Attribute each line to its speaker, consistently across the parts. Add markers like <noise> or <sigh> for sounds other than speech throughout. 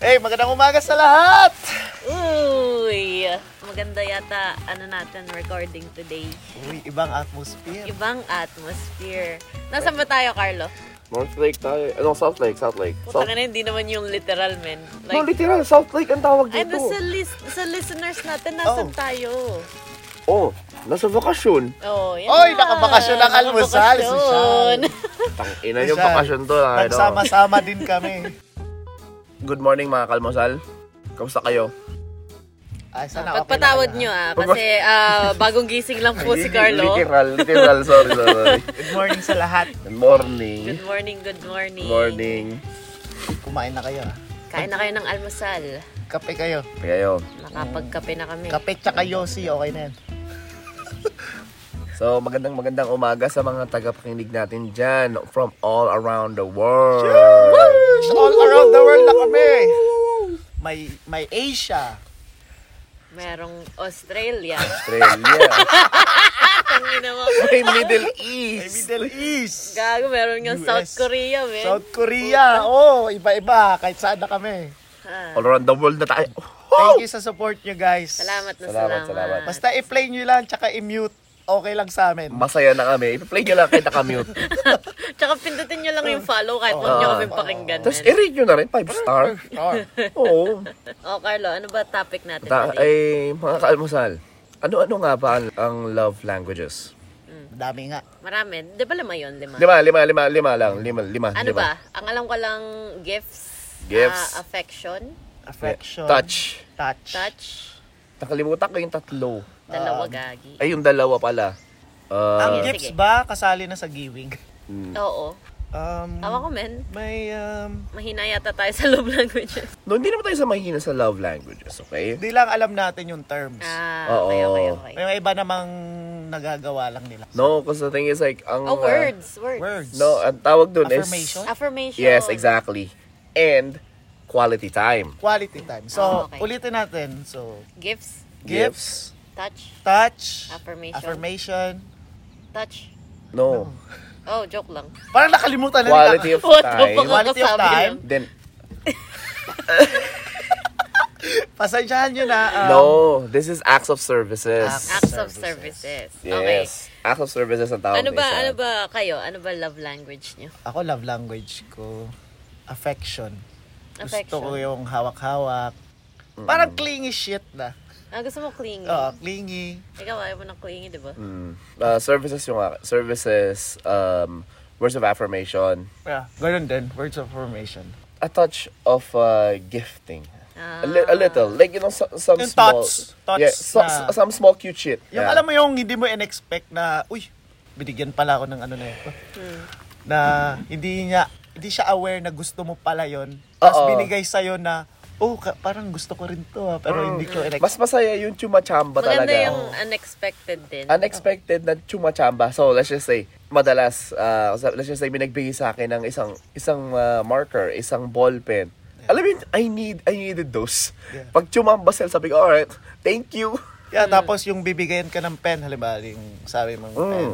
Speaker 1: Hey, magandang umaga sa lahat!
Speaker 2: Uy! Maganda yata ano natin recording today.
Speaker 1: Uy, ibang atmosphere.
Speaker 2: Ibang atmosphere. Nasaan ba tayo, Carlo?
Speaker 3: North Lake tayo. Ano, South Lake, South Lake.
Speaker 2: Puta
Speaker 3: South...
Speaker 2: ka na, hindi naman yung literal, men.
Speaker 3: no, literal, South Lake ang tawag
Speaker 2: ano
Speaker 3: dito.
Speaker 2: sa, list, sa listeners natin, nasan
Speaker 1: Oh.
Speaker 2: tayo?
Speaker 3: Oh, nasa bakasyon.
Speaker 2: Oh, yan.
Speaker 1: Oy, nakabakasyon ang almusal,
Speaker 2: Nakabakasyon.
Speaker 3: Tang ina yung
Speaker 1: Rizal,
Speaker 3: bakasyon to. ah, ano.
Speaker 1: Nagsama-sama din kami.
Speaker 3: Good morning mga kalmasal. Kamusta kayo?
Speaker 1: Ay, sana okay
Speaker 2: Pagpatawad
Speaker 1: lang
Speaker 2: nyo ah, kasi ah, bagong gising lang po si Carlo.
Speaker 3: Literal, literal. Sorry,
Speaker 2: <laughs>
Speaker 1: yan.
Speaker 3: sorry.
Speaker 1: Good morning sa lahat.
Speaker 3: Good morning.
Speaker 2: Good morning, good morning.
Speaker 3: Good morning.
Speaker 1: Kumain na kayo. ah.
Speaker 2: Kain na kayo ng almusal.
Speaker 1: Kape kayo.
Speaker 3: Kayo.
Speaker 2: Nakapagkape na kami.
Speaker 1: Kape tsaka yosi, okay na yan.
Speaker 3: So, magandang magandang umaga sa mga tagapakinig natin dyan from all around the world.
Speaker 1: All around the world na kami. May, may Asia.
Speaker 2: Merong Australia.
Speaker 3: Australia.
Speaker 2: <laughs> Tangin na
Speaker 3: May Middle
Speaker 1: May
Speaker 3: East.
Speaker 1: Middle East.
Speaker 2: Gago, meron nga
Speaker 1: US.
Speaker 2: South Korea, men.
Speaker 1: South Korea. Oh, iba-iba. Kahit saan na kami.
Speaker 2: Ah,
Speaker 1: Oh.
Speaker 3: All around the world na tayo.
Speaker 1: Thank you sa support nyo, guys.
Speaker 2: salamat na
Speaker 3: Salamat,
Speaker 2: salamat.
Speaker 3: salamat.
Speaker 1: Basta i-play nyo lang tsaka i-mute. Okay lang sa amin.
Speaker 3: Masaya na kami. Ipa-play nyo lang kahit nakamute.
Speaker 2: Tsaka pindutin nyo lang yung follow kahit huwag nyo kami pakinggan.
Speaker 3: Tapos
Speaker 2: men.
Speaker 3: i-rate nyo na rin, 5 star.
Speaker 1: Oh.
Speaker 3: Oo.
Speaker 2: Oh, Carlo, ano ba topic natin
Speaker 3: Ta-
Speaker 2: today?
Speaker 3: ay, mga kaalmusal, ano-ano nga ba ang, ang love languages?
Speaker 1: Dami nga.
Speaker 2: Marami. Di ba lima yun? Lima?
Speaker 3: Lima, lima, lima, lima lang. Lima, lima.
Speaker 2: ano
Speaker 3: lima.
Speaker 2: ba? Ang alam ko lang, gifts,
Speaker 3: Gifts.
Speaker 2: ah, affection,
Speaker 1: Affection.
Speaker 3: Touch.
Speaker 1: Touch.
Speaker 2: touch,
Speaker 3: Nakalimutan ko yung tatlo.
Speaker 2: dalawa
Speaker 1: Ah.
Speaker 2: gagi.
Speaker 3: Ay, yung dalawa pala.
Speaker 1: Ang
Speaker 3: Ah,
Speaker 2: Sige,
Speaker 1: Um, gifts
Speaker 2: sige.
Speaker 1: ba kasali na sa giving?
Speaker 2: Oo.
Speaker 1: Um,
Speaker 2: Awa ko, men.
Speaker 1: may, um,
Speaker 2: Mahina yata tayo sa love languages.
Speaker 3: no, hindi naman tayo sa mahina sa love languages, okay?
Speaker 1: di lang alam natin yung terms.
Speaker 2: Ah,
Speaker 3: Oo.
Speaker 2: okay, okay, okay.
Speaker 1: May mga iba namang nagagawa lang nila.
Speaker 3: No, because the thing is like, ang...
Speaker 2: Oh,
Speaker 3: ah,
Speaker 2: words, words.
Speaker 1: Words.
Speaker 3: no, ang tawag dun is...
Speaker 1: Affirmation?
Speaker 2: Affirmation.
Speaker 3: Yes, exactly. And quality time.
Speaker 1: Quality time. So,
Speaker 2: Ah, okay.
Speaker 1: ulitin natin. So,
Speaker 2: Gifts,
Speaker 1: Gifts.
Speaker 2: touch,
Speaker 1: touch.
Speaker 2: Affirmation.
Speaker 1: Affirmation.
Speaker 2: touch.
Speaker 3: No.
Speaker 2: Oh, joke lang.
Speaker 1: Parang nakalimutan na rin
Speaker 3: Quality
Speaker 1: ako.
Speaker 3: of
Speaker 2: What the fuck?
Speaker 3: time.
Speaker 1: Quality of
Speaker 2: Sabi
Speaker 1: time.
Speaker 3: Then,
Speaker 1: Pasensyahan nyo na. um,
Speaker 3: no, this is acts of services.
Speaker 1: Acts
Speaker 2: Acts of
Speaker 1: Services.
Speaker 2: services. Okay.
Speaker 3: Yes. Acts of services ang tawag
Speaker 2: Ano ba,
Speaker 3: nila.
Speaker 2: ano ba kayo? Ano ba love language niyo?
Speaker 1: Ako, love language ko. Affection. Gusto
Speaker 2: Affection.
Speaker 1: ko yung hawak-hawak. Parang clingy shit na.
Speaker 2: Ah, gusto mo clingy.
Speaker 1: Oo, clingy.
Speaker 2: Ikaw, ayaw mo ng clingy, di ba?
Speaker 3: Mm. Uh, services yung a- services, um, words of affirmation,
Speaker 1: Yeah, ganun din. Words of affirmation.
Speaker 3: a touch of uh, gifting.
Speaker 2: Ah.
Speaker 3: A, li- a little. Like, you know, so- some
Speaker 1: Yung
Speaker 3: small...
Speaker 1: thoughts. Thoughts
Speaker 3: yeah, so-
Speaker 1: na-
Speaker 3: so- some small cute shit.
Speaker 1: Yung
Speaker 3: Yeah.
Speaker 1: alam mo yung hindi mo in-expect na, uy, binigyan pala ako ng ano na ito. Na hindi niya, hindi siya aware na gusto mo pala yon Tapos
Speaker 3: Oo.
Speaker 1: binigay sa'yo na, oh, ka- parang gusto ko rin to ah, pero hindi ko in-expect.
Speaker 3: Mm. Mas masaya yung chumachamba
Speaker 2: Maganda
Speaker 3: talaga.
Speaker 2: yung unexpected din.
Speaker 3: unexpected na chumachamba. So, let's just say, madalas, uh, let's just say, may nagbigay sa akin ng isang, isang uh, marker, isang ballpen. Alam mo, yun, I need, I needed those.
Speaker 1: Yeah.
Speaker 3: Pag chumamba sila, sabi ko, alright, thank you.
Speaker 1: Yeah, tapos yung bibigayan ka ng pen, halimbawa yung sabi mong
Speaker 3: Mm.
Speaker 1: pen,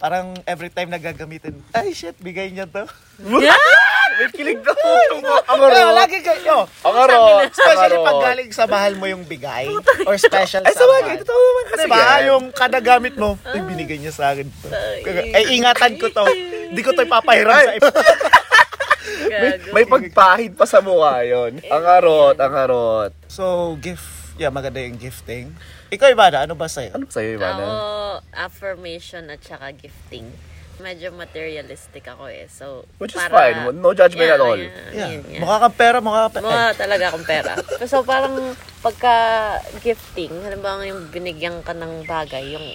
Speaker 1: parang every time na gagamitin, ay shit, bigay niya to.
Speaker 3: <laughs> may kilig na po. Ang
Speaker 1: Pero <laughs>
Speaker 3: aro.
Speaker 1: lagi kayo. oh.
Speaker 3: Ang aro.
Speaker 1: Especially pag galing sa mahal mo yung bigay or special
Speaker 3: Ay,
Speaker 1: sa
Speaker 3: sa bagay,
Speaker 1: mahal.
Speaker 3: totoo naman
Speaker 2: Ah,
Speaker 3: kasi.
Speaker 1: Diba?
Speaker 3: yan.
Speaker 1: Yung kada gamit mo, ay binigay niya sa akin to.
Speaker 2: Ay.
Speaker 1: Ay, ingatan ko to. Hindi ko to ipapahiram sa iba.
Speaker 2: Gago.
Speaker 3: May pagpahid pa sa mukha yun. Ang arot, ang arot.
Speaker 1: So, gift. Yeah, maganda yung gifting. Ikaw, Ivana, ano ba sa'yo?
Speaker 3: Ano ba
Speaker 2: Ako,
Speaker 3: sa'yo, Ivana?
Speaker 2: affirmation at saka gifting. Medyo materialistic ako eh. So,
Speaker 3: Which is fine. No judgment at all.
Speaker 1: Yeah.
Speaker 2: yun, yeah.
Speaker 1: Mukha kang pera, mukha kang pera.
Speaker 2: Mukha talaga akong pera. So, parang pagka gifting, halimbawa yung binigyan ka ng bagay, yung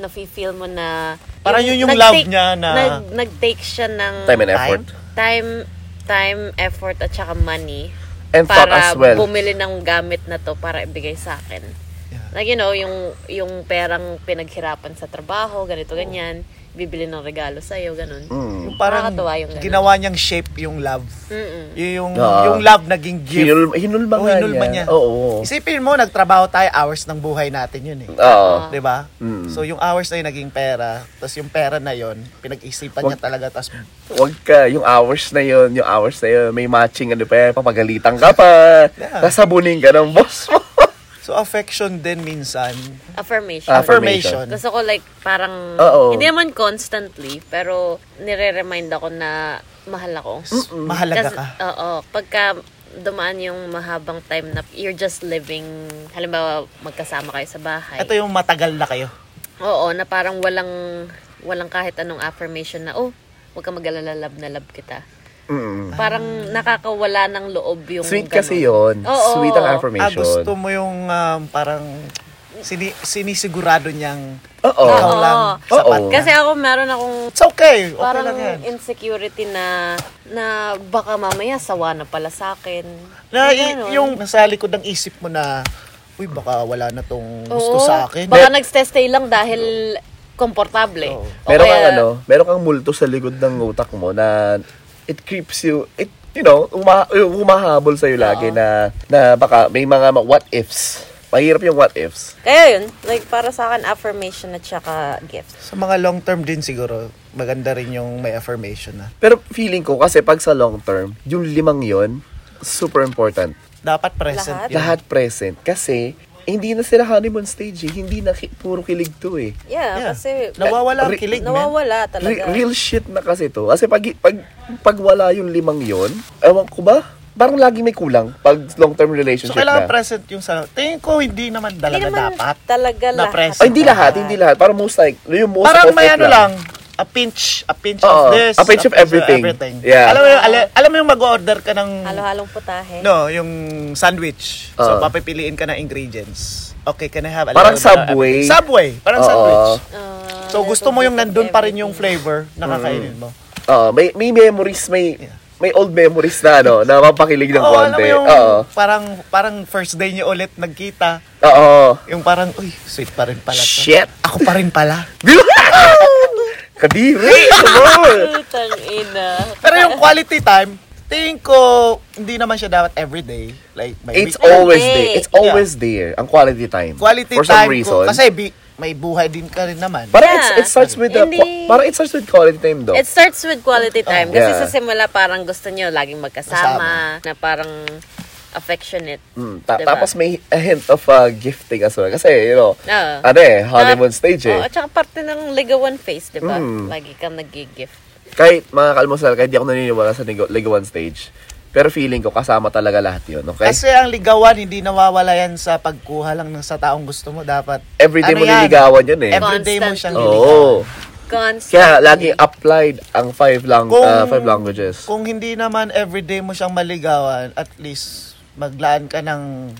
Speaker 2: nafe-feel mo na...
Speaker 1: Parang yun yung love
Speaker 2: nag-take-
Speaker 1: niya na-
Speaker 2: nag- Nag-take siya ng...
Speaker 3: Time and effort.
Speaker 2: Time, time, effort, at saka money.
Speaker 3: And thought
Speaker 2: para
Speaker 3: as well.
Speaker 2: bumili ng gamit na to para ibigay sa akin.
Speaker 1: Yeah.
Speaker 2: Like, you know, yung, yung perang pinaghirapan sa trabaho, ganito, ganyan. bibili ng regalo sa'yo, ganun.
Speaker 3: Mm.
Speaker 1: Yung parang
Speaker 2: Nakakatuwa yung ganun.
Speaker 1: ginawa niyang shape yung love.
Speaker 2: Mm-mm.
Speaker 1: Yung,
Speaker 3: Ah.
Speaker 1: yung love naging gift.
Speaker 3: Hinul, hinulma
Speaker 1: Oo,
Speaker 3: nga
Speaker 1: Oh, hinulma
Speaker 3: niya.
Speaker 1: niya.
Speaker 3: Oo. oo.
Speaker 1: Isipin mo, nagtrabaho tayo hours ng buhay natin yun eh.
Speaker 3: Oo.
Speaker 1: Di ba?
Speaker 3: Mm.
Speaker 1: So yung hours na yun naging pera, tapos yung pera na yun, pinag-isipan niya talaga, tapos
Speaker 3: Wag ka, yung hours na yun, yung hours na yun, may matching ano pa, yan, papagalitan ka pa.
Speaker 1: Yeah.
Speaker 3: Sasabunin ka ng boss mo.
Speaker 1: So affection din minsan.
Speaker 2: Affirmation.
Speaker 1: <laughs>
Speaker 3: Affirm-
Speaker 1: Affirmation.
Speaker 2: Gusto ko like parang,
Speaker 3: Oo.
Speaker 2: hindi naman constantly, pero nire-remind ako na mahal ako.
Speaker 1: Mahalaga
Speaker 2: Kasi-
Speaker 1: ka.
Speaker 2: Oo. Pagka dumaan yung mahabang time na you're just living, halimbawa magkasama kayo sa bahay.
Speaker 1: Ito yung matagal na kayo. Ah,
Speaker 2: Oo, na parang walang walang kahit anong affirmation na, oh, huwag ka mag-alala, love na love kita.
Speaker 3: Mm.
Speaker 2: Parang nakakawala ng loob yung
Speaker 3: Sweet
Speaker 2: ganun.
Speaker 3: kasi yun.
Speaker 2: Oo.
Speaker 3: Sweet
Speaker 1: Ah,
Speaker 3: ang affirmation.
Speaker 1: gusto mo yung um, parang sini- sinisigurado niyang
Speaker 3: Oo.
Speaker 1: ikaw lang
Speaker 3: Oo.
Speaker 1: sapat. ka.
Speaker 2: Kasi ako meron akong
Speaker 1: It's okay. Okay
Speaker 2: parang
Speaker 1: lang yan.
Speaker 2: insecurity na na baka mamaya sawa na pala sa akin.
Speaker 1: Na,
Speaker 2: Yung
Speaker 1: y-
Speaker 2: ganun.
Speaker 1: yung nasa likod ng isip mo na, uy, baka wala na tong gusto
Speaker 2: Oo.
Speaker 1: sa akin. eh.
Speaker 2: Baka nagstestay lang dahil komportable.
Speaker 1: Oo.
Speaker 2: O
Speaker 3: Meron
Speaker 2: kaya-
Speaker 3: kang ano, meron kang multo sa likod ng utak mo na it creeps you, it, you know, uma, yung humahabol sa'yo lagi na, na baka may mga ma- what ifs. Mahirap yung what ifs.
Speaker 2: Kaya yun, like para sa akin affirmation at saka gift.
Speaker 1: Sa mga long term din siguro, maganda rin yung may affirmation na.
Speaker 3: Pero feeling ko, kasi pag sa long term, yung limang yon super important.
Speaker 1: Dapat present
Speaker 2: Lahat?
Speaker 1: yun.
Speaker 3: Lahat present. Kasi, hindi na sila honeymoon stage eh. Hindi na ki- puro kilig to eh.
Speaker 1: Yeah.
Speaker 2: Yeah, kasi
Speaker 1: Nawawala ang
Speaker 3: Re-
Speaker 1: kilig, man.
Speaker 2: nawawala talaga.
Speaker 3: Re- real shit na kasi to. Kasi pag, pag, pag wala yung limang yon ewan ko ba, parang lagi may kulang pag long-term
Speaker 1: So,
Speaker 3: relationship
Speaker 1: kailangan
Speaker 3: na.
Speaker 1: present yung sa... Tingin ko, hindi naman
Speaker 2: Hindi
Speaker 1: talaga
Speaker 2: naman
Speaker 1: dapat.
Speaker 2: talaga
Speaker 1: na
Speaker 2: lahat.
Speaker 1: present.
Speaker 3: Ay, Oh, hindi lahat, hindi lahat. Parang most like, yung most
Speaker 1: Parang
Speaker 3: of
Speaker 1: may
Speaker 3: it
Speaker 1: ano lang, a pinch, a pinch
Speaker 3: Oo,
Speaker 1: of this,
Speaker 3: a pinch of everything. Yeah.
Speaker 1: Alam mo yung, ala- alam mo yung mag-order ka ng,
Speaker 2: Halo-halong putahe.
Speaker 1: no, yung sandwich.
Speaker 3: Oo.
Speaker 1: So, papipiliin ka ng ingredients. Okay, can I have a
Speaker 3: Parang
Speaker 1: little bit of
Speaker 3: Subway.
Speaker 1: everything? Subway, parang
Speaker 3: Oo.
Speaker 1: sandwich.
Speaker 2: Ah,
Speaker 1: So, gusto mo yung
Speaker 2: little
Speaker 1: nandun
Speaker 2: bit of
Speaker 1: pa rin yung
Speaker 2: everything.
Speaker 1: flavor
Speaker 3: Mm-hmm.
Speaker 1: na kakainin mo.
Speaker 3: Oo, Ah, may, may memories, may,
Speaker 1: Yeah.
Speaker 3: may old memories na, ano, na mapakilig ng
Speaker 1: Oo, alam
Speaker 3: konti.
Speaker 1: mo yung
Speaker 3: Oo.
Speaker 1: parang, parang first day niyo ulit nagkita,
Speaker 3: Oo.
Speaker 1: yung parang, uy, sweet pa rin pala to.
Speaker 3: Shit!
Speaker 1: Ako pa rin pala.
Speaker 3: <laughs> Kadiri! Come on!
Speaker 2: Putang ina.
Speaker 1: Pero yung quality time, tingin ko, hindi naman siya dapat everyday. Like, may
Speaker 3: It's
Speaker 1: weekend.
Speaker 3: always
Speaker 2: Hindi.
Speaker 3: there. It's always there. Ang quality time.
Speaker 1: quality
Speaker 3: For
Speaker 1: time
Speaker 3: some
Speaker 1: ko.
Speaker 3: reason.
Speaker 1: Kasi bi- may buhay din ka rin naman.
Speaker 3: Parang
Speaker 2: Yeah.
Speaker 3: it's- it starts with the,
Speaker 2: Hindi.
Speaker 3: parang it starts with quality time though.
Speaker 2: It starts with quality time. Kasi
Speaker 3: oh, Yeah.
Speaker 2: sa simula, parang gusto nyo laging magkasama. Na parang affectionate.
Speaker 3: Mm, ta-
Speaker 2: Diba?
Speaker 3: Tapos may a hint of uh, gifting as well. Kasi, you know,
Speaker 2: Oo.
Speaker 3: ano eh,
Speaker 2: Ah,
Speaker 3: honeymoon stage eh.
Speaker 2: Oo, at saka parte ng ligawan phase, di ba?
Speaker 3: Mm.
Speaker 2: Lagi kang nagigift.
Speaker 3: kahit mga kalmusal, kahit di ako naniniwala sa ligo- ligawan stage, pero feeling ko kasama talaga lahat yun, okay?
Speaker 1: Kasi ang ligawan, hindi nawawala yan sa pagkuha lang ng sa taong gusto mo. Dapat,
Speaker 3: Everyday
Speaker 1: ano
Speaker 3: mo
Speaker 1: yan?
Speaker 3: niligawan yun eh.
Speaker 1: Everyday mo
Speaker 2: Constantly.
Speaker 1: siyang
Speaker 3: Oo.
Speaker 2: Constant.
Speaker 3: Kaya laging applied ang five, lang,
Speaker 1: Kung-
Speaker 3: ah, five languages.
Speaker 1: Kung hindi naman everyday mo siyang maligawan, at least maglaan ka ng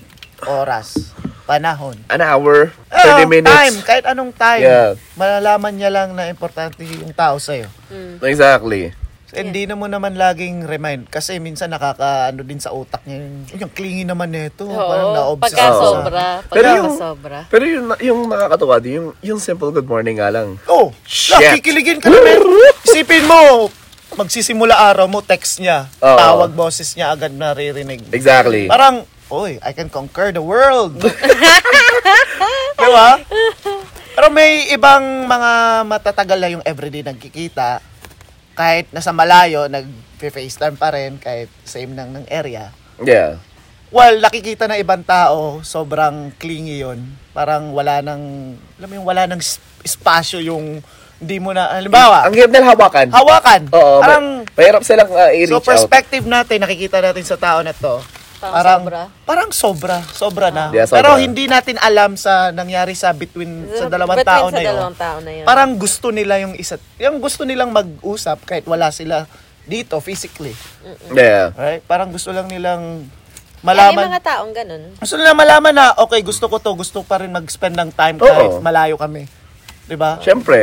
Speaker 1: oras, panahon.
Speaker 3: An hour, 30
Speaker 1: Ah, Time,
Speaker 3: minutes.
Speaker 1: kahit anong time.
Speaker 3: Yeah.
Speaker 1: Malalaman niya lang na importante yung tao sa'yo.
Speaker 3: Exactly.
Speaker 1: So, Eh, Hindi na mo naman laging remind. Kasi minsan nakakaano din sa utak niya. Yung, "Uy, ang clingy naman nito.
Speaker 2: Oo,
Speaker 1: Parang na-obsess.
Speaker 2: pagka
Speaker 1: ako sa-
Speaker 2: sobra.
Speaker 3: Pero
Speaker 2: Pagka
Speaker 3: yung-
Speaker 2: sobra.
Speaker 3: Pero yung, yung nakakatawa din, yung, yung simple good morning nga lang.
Speaker 1: Oh,
Speaker 3: Shit.
Speaker 1: la, kikiligin ka naman. Isipin mo, magsisimula araw mo, text niya.
Speaker 3: Oo.
Speaker 1: Tawag boses niya agad naririnig.
Speaker 3: Exactly.
Speaker 1: Parang, Oy, I can conquer the
Speaker 2: <laughs>
Speaker 1: world. diba? Pero may ibang mga matatagal na yung everyday nagkikita. Kahit nasa malayo, nag-FaceTime pa rin, kahit same nang ng area.
Speaker 3: Yeah.
Speaker 1: Well, nakikita na ibang tao, sobrang clingy yun. Parang wala nang, alam mo yung wala nang s- espasyo yung hindi mo na, halimbawa,
Speaker 3: Ang hirap nila hawakan.
Speaker 1: Ah. hawakan.
Speaker 3: Oo. ma-
Speaker 1: parang,
Speaker 3: mahirap silang ah, i-reach
Speaker 1: so
Speaker 3: out.
Speaker 1: perspective natin, nakikita natin sa tao na to.
Speaker 2: Parang sobra.
Speaker 1: Parang sobra. Sobra na.
Speaker 3: Yeah, sobra.
Speaker 1: Pero hindi natin alam sa nangyari sa between sa dalawang
Speaker 2: Between
Speaker 1: tao
Speaker 2: sa
Speaker 1: na yun.
Speaker 2: dalawang tao na yun.
Speaker 1: Parang gusto nila yung isa't, yung gusto nilang mag-usap kahit wala sila dito physically.
Speaker 3: Yeah.
Speaker 1: Right? Parang gusto lang nilang
Speaker 2: Malaman.
Speaker 1: malaman.
Speaker 2: mga taong ganun.
Speaker 1: Gusto nila malaman na, okay, gusto ko to, gusto ko pa rin mag-spend ng time kahit
Speaker 3: Oo.
Speaker 1: malayo kami. Diba? 'Di ba? <laughs>
Speaker 3: Siyempre.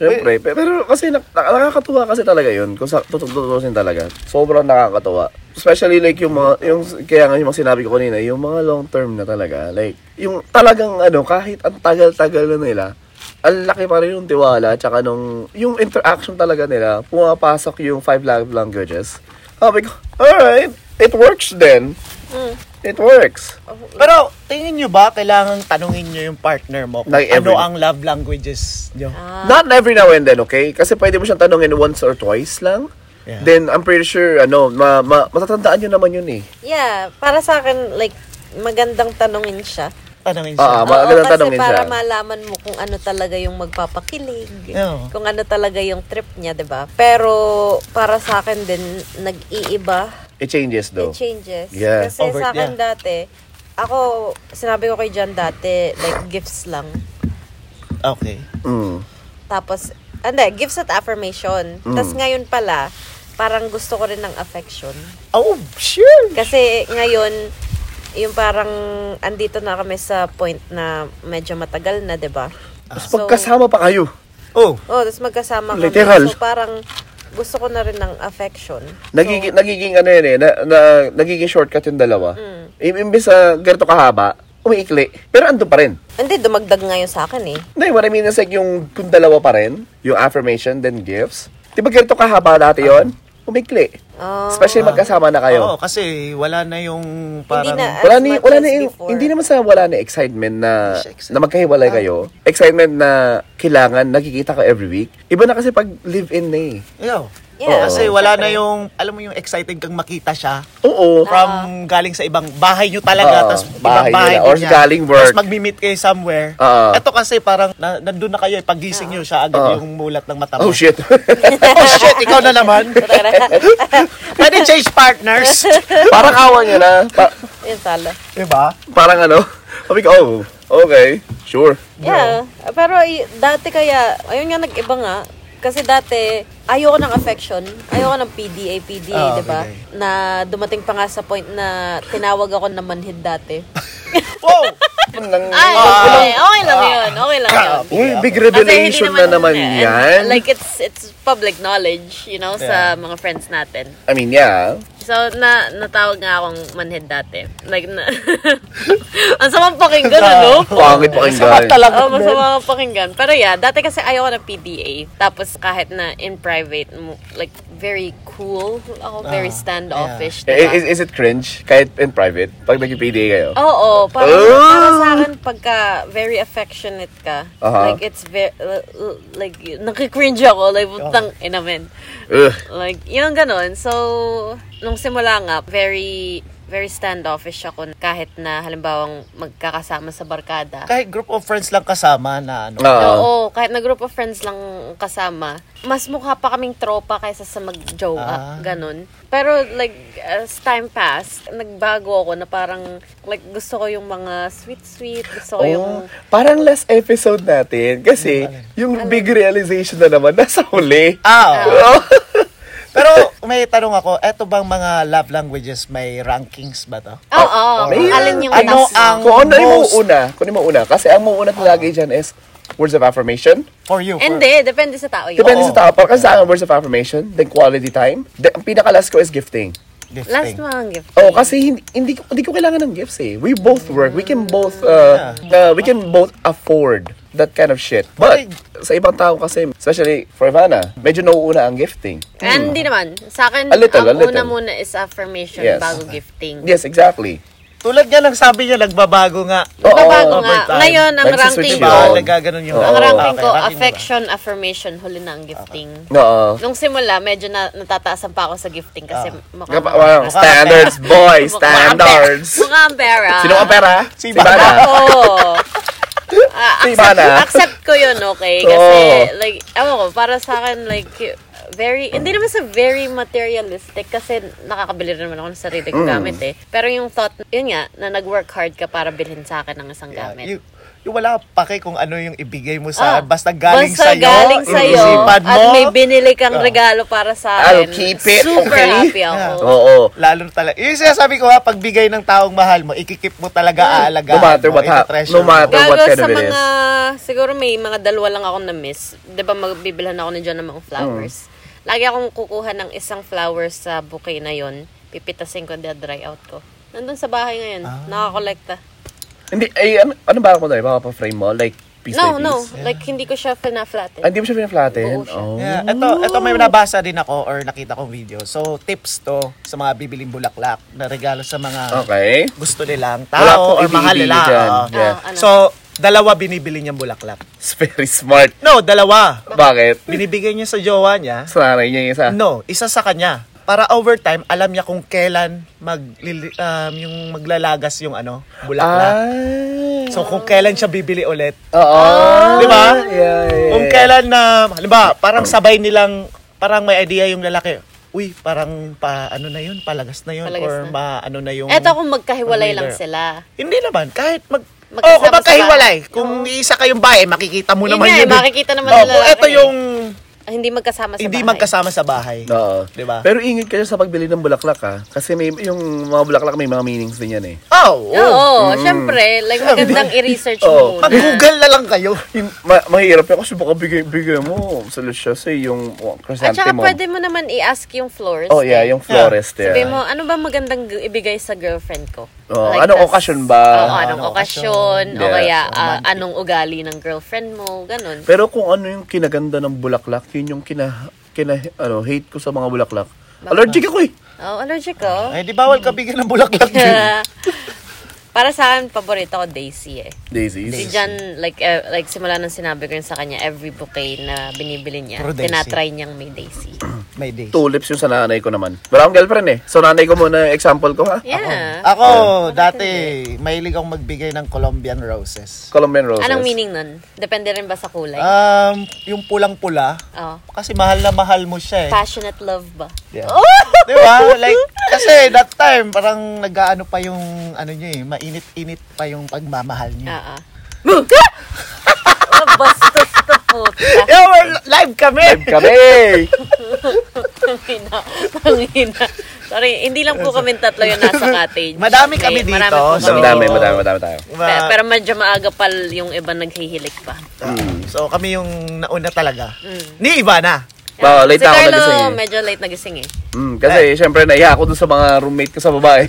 Speaker 3: Siyempre. Pero, pero kasi nak- nak- nakakatuwa kasi talaga yun. Kung sa tutu- tutusin talaga. Sobrang nakakatuwa. Especially like yung mga, yung, kaya nga yung mga sinabi ko kanina, yung mga long term na talaga. Like, yung talagang ano, kahit ang tagal-tagal na nila, ang laki pa rin yung tiwala tsaka nung yung interaction talaga nila pumapasok yung five love languages sabi ko alright it works then it works
Speaker 1: Pero tingin nyo ba kailangan tanungin nyo yung partner mo kung
Speaker 3: Like
Speaker 1: ano
Speaker 3: every-
Speaker 1: ang love languages nyo?
Speaker 2: Ah.
Speaker 3: not every now and then okay kasi pwede mo siyang tanongin once or twice lang
Speaker 1: Yeah.
Speaker 3: then I'm pretty sure ano ma, ma, matatandaan nyo naman yun eh
Speaker 2: Yeah, para sa akin, like, magandang tanungin siya.
Speaker 1: Tanungin siya.
Speaker 3: Ah, magandang
Speaker 2: Oo, kasi
Speaker 3: tanungin
Speaker 2: para
Speaker 3: siya.
Speaker 2: malaman mo kung ano talaga yung magpapakilig.
Speaker 1: Oo.
Speaker 2: Kung ano talaga yung trip niya, 'di ba? Pero para sa akin din nag-iiba,
Speaker 3: it changes
Speaker 2: it
Speaker 3: though
Speaker 2: changes.
Speaker 3: Yeah.
Speaker 2: Kasi
Speaker 1: Over-
Speaker 2: sa akin
Speaker 1: yeah.
Speaker 2: dati, ako sinabi ko kay John dati like gifts lang.
Speaker 1: okay.
Speaker 3: mm.
Speaker 2: Tapos hindi, gifts at affirmation. Tapos ngayon pala, parang gusto ko rin ng affection.
Speaker 1: Oh, sure.
Speaker 2: Kasi ngayon, yung parang andito na kami sa point na medyo matagal na, 'di ba?
Speaker 3: Tapos pagkasama pa kayo
Speaker 1: Oh,
Speaker 2: Oh, tapos magkasama kami.
Speaker 3: Literal.
Speaker 2: So parang gusto ko na rin ng affection.
Speaker 3: Nagiging, nagiging ano yun eh, na, na, nagiging shortcut yung dalawa. Im- Imbis sa ganito kahaba, umiikli. Pero andun pa rin.
Speaker 2: Hindi, dumagdag ngayon sa akin eh.
Speaker 3: Hindi, what I mean is like yung kung dalawa pa rin, yung affirmation, then gifts. Di ba ganito kahaba dati yun? Umiikli.
Speaker 2: Oh.
Speaker 3: Especially magkasama na kayo.
Speaker 1: Ah. Oo, kasi wala na yung parang...
Speaker 2: na.
Speaker 3: Wala
Speaker 2: As
Speaker 3: ni,
Speaker 2: much
Speaker 3: wala
Speaker 2: as
Speaker 3: ni,
Speaker 2: before.
Speaker 3: hindi naman sa wala na excitement na,
Speaker 1: Hindi siya excited.
Speaker 3: na magkahiwalay
Speaker 2: Ah.
Speaker 3: kayo. Excitement na kailangan, nakikita ka every week. Iba na kasi pag live-in na eh.
Speaker 1: Yo.
Speaker 2: Yeah,
Speaker 1: Kasi
Speaker 2: oo.
Speaker 1: wala na
Speaker 2: Siyempre.
Speaker 1: yung, alam mo yung excited kang makita siya
Speaker 3: Oo.
Speaker 1: from
Speaker 2: Ah.
Speaker 1: galing sa ibang bahay nyo talaga,
Speaker 3: Oo,
Speaker 1: tapos ibang
Speaker 3: bahay
Speaker 1: bahay din
Speaker 3: nila, or
Speaker 1: niya.
Speaker 3: galing work.
Speaker 1: Tapos mag-meet kayo somewhere.
Speaker 3: Oo.
Speaker 1: Ito kasi parang na, nandun na kayo, eh,
Speaker 2: Ah.
Speaker 1: pagising nyo siya agad
Speaker 3: Oo.
Speaker 1: yung mulat ng mata mo.
Speaker 3: Oh shit. <laughs>
Speaker 1: oh shit, ikaw na naman.
Speaker 2: <laughs>
Speaker 1: Pwede change partners.
Speaker 3: Parang awa niya na. Pa-
Speaker 2: <laughs> Yun tala.
Speaker 1: diba?
Speaker 3: parang ano, sabi ko, oh, okay, sure.
Speaker 2: Yeah. Pero y- dati kaya, ayun nga nag-iba nga. Kasi dati, ayoko ng affection. Ayoko ng PDA, PDA,
Speaker 3: Ah,
Speaker 1: Oh,
Speaker 2: di ba?
Speaker 1: okay.
Speaker 2: Na dumating pa nga sa point na tinawag ako na manhid dati.
Speaker 1: Wow!
Speaker 2: Ay, okay. Okay lang yun. Okay lang yun.
Speaker 3: Uy, big
Speaker 2: Kasi hindi
Speaker 3: revelation na naman
Speaker 2: and,
Speaker 3: yan.
Speaker 2: Like, it's it's public knowledge, you know,
Speaker 1: Yeah.
Speaker 2: sa mga friends natin.
Speaker 3: I mean, yeah.
Speaker 2: So, na, natawag nga akong manhead dati. Like, na, <laughs> ang samang
Speaker 3: <laughs>
Speaker 2: pakinggan, ano?
Speaker 3: Pangit pakinggan.
Speaker 1: talaga.
Speaker 2: Oo, Oh, masama ang pakinggan. Pero yeah, dati kasi ayaw ko ng PDA. Tapos kahit na in private, mo- like very cool. Ako very
Speaker 1: Ah,
Speaker 2: standoffish.
Speaker 3: I-
Speaker 2: diba?
Speaker 3: Eh, Is, is it cringe? Kahit in private? Pag nag-PDA kayo?
Speaker 2: Oo, parang
Speaker 3: Oh!
Speaker 2: para sa akin pagka very affectionate ka,
Speaker 3: Aha.
Speaker 2: like it's very, like nakikringe ako, like putang
Speaker 3: Uh-huh.
Speaker 2: ina men.
Speaker 3: Ugh.
Speaker 2: Like, yun ganun. So, nung simula nga, very, very standoffish ako kahit na halimbawang magkakasama sa barkada.
Speaker 1: Kahit group of friends lang kasama na ano.
Speaker 3: Oo.
Speaker 2: Oo, kahit na group of friends lang kasama, mas mukha pa kaming tropa kaysa sa
Speaker 1: Ah.
Speaker 2: mag-jowa, ganun. Pero like, as time passed, nagbago ako na parang, like, gusto ko yung mga sweet-sweet, gusto ko yung...
Speaker 3: Oh, parang last episode natin. Kasi, yung big realization na naman, <laughs> nasa huli.
Speaker 1: Ah, oo.
Speaker 3: Oh.
Speaker 1: Pero may tanong ako, eto bang mga love languages may rankings ba to?
Speaker 2: Oo, oh,
Speaker 3: Ayun.
Speaker 2: alin yung
Speaker 1: Ano
Speaker 2: task mo?
Speaker 1: ang-
Speaker 3: Kung ano yung
Speaker 1: most-
Speaker 3: mauuna, kung ano yung mauuna. Kasi ang mauuna lagi dyan is words of affirmation.
Speaker 1: For you. for-
Speaker 2: Hindi, depende sa tao yun.
Speaker 3: Depende
Speaker 1: Oo.
Speaker 3: sa tao. Parang kasi sa akin, words of affirmation, then quality time. Then, ang pinaka-last ko is gifting.
Speaker 1: Gifting.
Speaker 2: Last mo ang gift.
Speaker 3: Oh, kasi hindi, hindi, ko, hindi ko kailangan ng gifts eh. We both work. We can both, uh, uh, we can both afford that kind of shit. But, sa ibang tao kasi, especially for Ivana, medyo nauuna ang gifting.
Speaker 2: And hindi naman. Sa akin,
Speaker 3: A little,
Speaker 2: ang
Speaker 3: a little.
Speaker 2: una muna is affirmation
Speaker 3: Yes.
Speaker 2: bago gifting.
Speaker 3: Yes, exactly.
Speaker 1: Tulad nga ng sabi niya, nagbabago nga.
Speaker 3: Oo.
Speaker 2: Nabago
Speaker 1: Over
Speaker 2: nga.
Speaker 1: time.
Speaker 2: Ngayon, ang
Speaker 3: Nagsiswitch
Speaker 2: ranking
Speaker 1: Diba?
Speaker 2: ko,
Speaker 3: yun.
Speaker 1: Nagkaganon yung
Speaker 2: ang
Speaker 3: Oo.
Speaker 2: ranking ko,
Speaker 1: Okay, ranking mo ba?
Speaker 2: affection, affirmation, huli na ang gifting.
Speaker 3: Oo.
Speaker 2: Nung simula, medyo na, natataasan pa ako sa gifting kasi mukha
Speaker 3: Kapa- Ah. wow,
Speaker 2: mukha-
Speaker 3: standards, boy,
Speaker 2: mukha-
Speaker 3: standards.
Speaker 2: Mukha ang pera.
Speaker 3: Sino ang pera?
Speaker 1: Si
Speaker 3: Ivana.
Speaker 2: Ako. Ah,
Speaker 3: Si
Speaker 1: Diba
Speaker 3: Ivana.
Speaker 2: accept ko yun, okay? Kasi,
Speaker 3: Oo.
Speaker 2: like, ewan ko, para sa akin, like, very, hindi naman sa very materialistic kasi nakakabili rin naman ako ng sarili
Speaker 1: Mm.
Speaker 2: kong gamit eh. Pero yung thought, yun nga, na nag-work hard ka para bilhin sa akin ng isang
Speaker 1: Yeah,
Speaker 2: gamit.
Speaker 1: Yung, yung wala kang pake kung ano yung ibigay mo sa
Speaker 2: Ah,
Speaker 1: basta galing
Speaker 2: basta
Speaker 1: sa'yo.
Speaker 2: galing sa'yo,
Speaker 1: iisipan
Speaker 2: at
Speaker 1: mo.
Speaker 2: may binili kang regalo para sa akin.
Speaker 3: I'll keep it,
Speaker 2: Super
Speaker 3: okay?
Speaker 2: happy ako.
Speaker 3: Oo.
Speaker 1: Lalo na talaga. Yung sinasabi ko ha, pagbigay ng taong mahal mo, ikikip mo
Speaker 2: Hmm.
Speaker 1: talaga aalagaan.
Speaker 3: No matter
Speaker 1: mo,
Speaker 3: what ha-
Speaker 1: itatreasure
Speaker 3: no matter-
Speaker 1: mo.
Speaker 3: Or what
Speaker 2: Gago
Speaker 3: kind
Speaker 2: sa
Speaker 3: of it
Speaker 2: mga, siguro may mga dalawa lang ako na-miss. Di ba magbibilhan ako ni John ng mga
Speaker 3: Oh.
Speaker 2: flowers. Lagi akong kukuha ng isang flower sa bouquet na yon Pipitasin ko, dry out ko.
Speaker 3: Ah.
Speaker 2: Nandun sa bahay ngayon, nakakolekta.
Speaker 3: Hindi, ay, ano, ano ba ako na? Baka pa-frame mo? Like, piece
Speaker 2: No,
Speaker 3: by piece?
Speaker 2: no. Like, hindi ko siya
Speaker 3: Ah,
Speaker 2: fina-flatten.
Speaker 3: hindi mo siya pinaflatten?
Speaker 2: Buo siya.
Speaker 3: Oh.
Speaker 1: Yeah, ito, ito may nabasa din ako or nakita kong video. So, tips to sa mga bibiling bulaklak na regalo sa mga
Speaker 3: Okay.
Speaker 1: gusto nilang
Speaker 3: Wala akong
Speaker 1: tao or
Speaker 3: ibibili
Speaker 1: mahal nila.
Speaker 3: dyan.
Speaker 1: oo.
Speaker 3: Yeah.
Speaker 2: Ah, ano?
Speaker 1: So, dalawa binibili niyang bulaklak.
Speaker 3: It's very smart.
Speaker 1: No, dalawa.
Speaker 3: Bakit?
Speaker 1: Binibigay niya sa jowa niya.
Speaker 3: Sanay niya yung isa.
Speaker 1: No, isa sa kanya. Para overtime, alam niya kung kailan mag, um, yung maglalagas yung ano, bulaklak.
Speaker 3: Ah.
Speaker 1: So, kung kailan siya bibili ulit.
Speaker 3: Oo.
Speaker 2: Ah.
Speaker 1: Di ba?
Speaker 3: Yeah, yeah.
Speaker 1: Kung kailan na, halimbawa, parang sabay nilang, parang may idea yung lalaki. Uy, parang pa, ano na yun, palagas na yun.
Speaker 2: Palagas
Speaker 1: or
Speaker 2: na.
Speaker 1: ma, ano na yung...
Speaker 2: Eto kung magkahiwalay
Speaker 1: Ang
Speaker 3: Ano
Speaker 2: lang
Speaker 1: leader.
Speaker 2: sila.
Speaker 1: Hindi naman, kahit mag...
Speaker 2: Magkasama
Speaker 1: oh, kung
Speaker 2: sa
Speaker 1: magkahiwalay.
Speaker 2: bahay.
Speaker 1: Kung isa kayong bahay, makikita mo
Speaker 2: Yun
Speaker 1: naman
Speaker 2: nga
Speaker 1: yun.
Speaker 2: eh,
Speaker 1: eh.
Speaker 2: makikita naman
Speaker 1: Oh,
Speaker 2: ng
Speaker 1: kung
Speaker 2: lalaki
Speaker 1: eto
Speaker 2: eh.
Speaker 1: yung
Speaker 2: Ah, hindi magkasama sa
Speaker 1: hindi
Speaker 2: bahay.
Speaker 1: magkasama sa bahay.
Speaker 3: Oo.
Speaker 1: Di ba?
Speaker 3: Pero ingat kayo sa pagbili ng bulaklak ha. Kasi may, yung mga bulaklak may mga meanings din yan eh.
Speaker 1: Oh,
Speaker 2: Oo,
Speaker 1: oh.
Speaker 3: Mm.
Speaker 2: syempre. Like, magandang
Speaker 3: <laughs>
Speaker 2: i-research
Speaker 3: Oo.
Speaker 2: mo muna.
Speaker 1: Mag-google na lang kayo.
Speaker 3: Yung, ma- mahirap yan kasi baka bigay-bigay mo sa Luciosa yung oh,
Speaker 2: At saka
Speaker 3: chrysanthemum.
Speaker 2: pwede mo naman i-ask yung florist.
Speaker 3: Oh yeah,
Speaker 2: eh.
Speaker 3: yung florist yeah.
Speaker 2: Sabi mo, ano ba magandang g- ibigay sa girlfriend ko?
Speaker 3: Oo, Oh, anong
Speaker 2: tas-
Speaker 3: okasyon ba?
Speaker 2: Oo, anong
Speaker 1: Anong
Speaker 2: okasyon? O
Speaker 3: Yeah.
Speaker 2: kaya,
Speaker 1: So,
Speaker 2: ah,
Speaker 1: romantic.
Speaker 2: anong ugali ng girlfriend mo? Ganon.
Speaker 3: Pero kung ano yung kinaganda ng bulaklak, yun yung kina, kina ano, hate ko sa mga bulaklak. Allergic ako eh.
Speaker 2: Oh, allergic ko.
Speaker 1: Eh, di bawal ka bigyan ng bulaklak din.
Speaker 2: <laughs> Para sa akin, paborito ko Daisy eh.
Speaker 3: Daisies.
Speaker 2: Si Jan, like, eh, like simula nung sinabi ko yun sa kanya, every bouquet na binibili niya,
Speaker 1: Puro Daisy.
Speaker 2: tinatry niyang may Daisy.
Speaker 1: <clears throat> May day.
Speaker 3: Tulips yung sa nanay ko naman. Wala akong girlfriend eh. So nanay ko muna yung example ko ha.
Speaker 2: Yeah.
Speaker 1: Ako, dati, mahilig akong magbigay ng Colombian roses.
Speaker 3: Colombian roses.
Speaker 2: Anong meaning nun? Depende rin ba sa kulay?
Speaker 1: Um, yung pulang-pula,
Speaker 2: oh.
Speaker 1: kasi mahal na mahal mo siya eh.
Speaker 2: Passionate love ba?
Speaker 1: Yeah. Di ba? Like, kasi that time, parang nag-ano pa yung, ano nyo eh, mainit-init pa yung pagmamahal nyo.
Speaker 2: Oo. <laughs> Bastos na puta.
Speaker 1: Yeah, we're live kami!
Speaker 2: <laughs>
Speaker 3: Kami!
Speaker 2: Tangina. Tangina. Sorry, hindi lang po kami tatlo yung nasa cottage.
Speaker 1: Madami kami dito.
Speaker 2: May- marami po
Speaker 1: So,
Speaker 2: kami
Speaker 3: madami,
Speaker 2: dito.
Speaker 3: madami, madami tayo.
Speaker 1: Diba?
Speaker 2: Pe- Pero medyo maaga pa yung iba naghihilik pa.
Speaker 1: So, kami yung nauna talaga. Ni Ivana.
Speaker 3: Wow,
Speaker 2: si
Speaker 3: late na ako
Speaker 2: Carlo,
Speaker 3: nagising eh.
Speaker 2: medyo late nagising eh.
Speaker 3: Mm, kasi syempre naiya ako dun sa mga roommate ko sa
Speaker 2: <laughs>
Speaker 3: babae.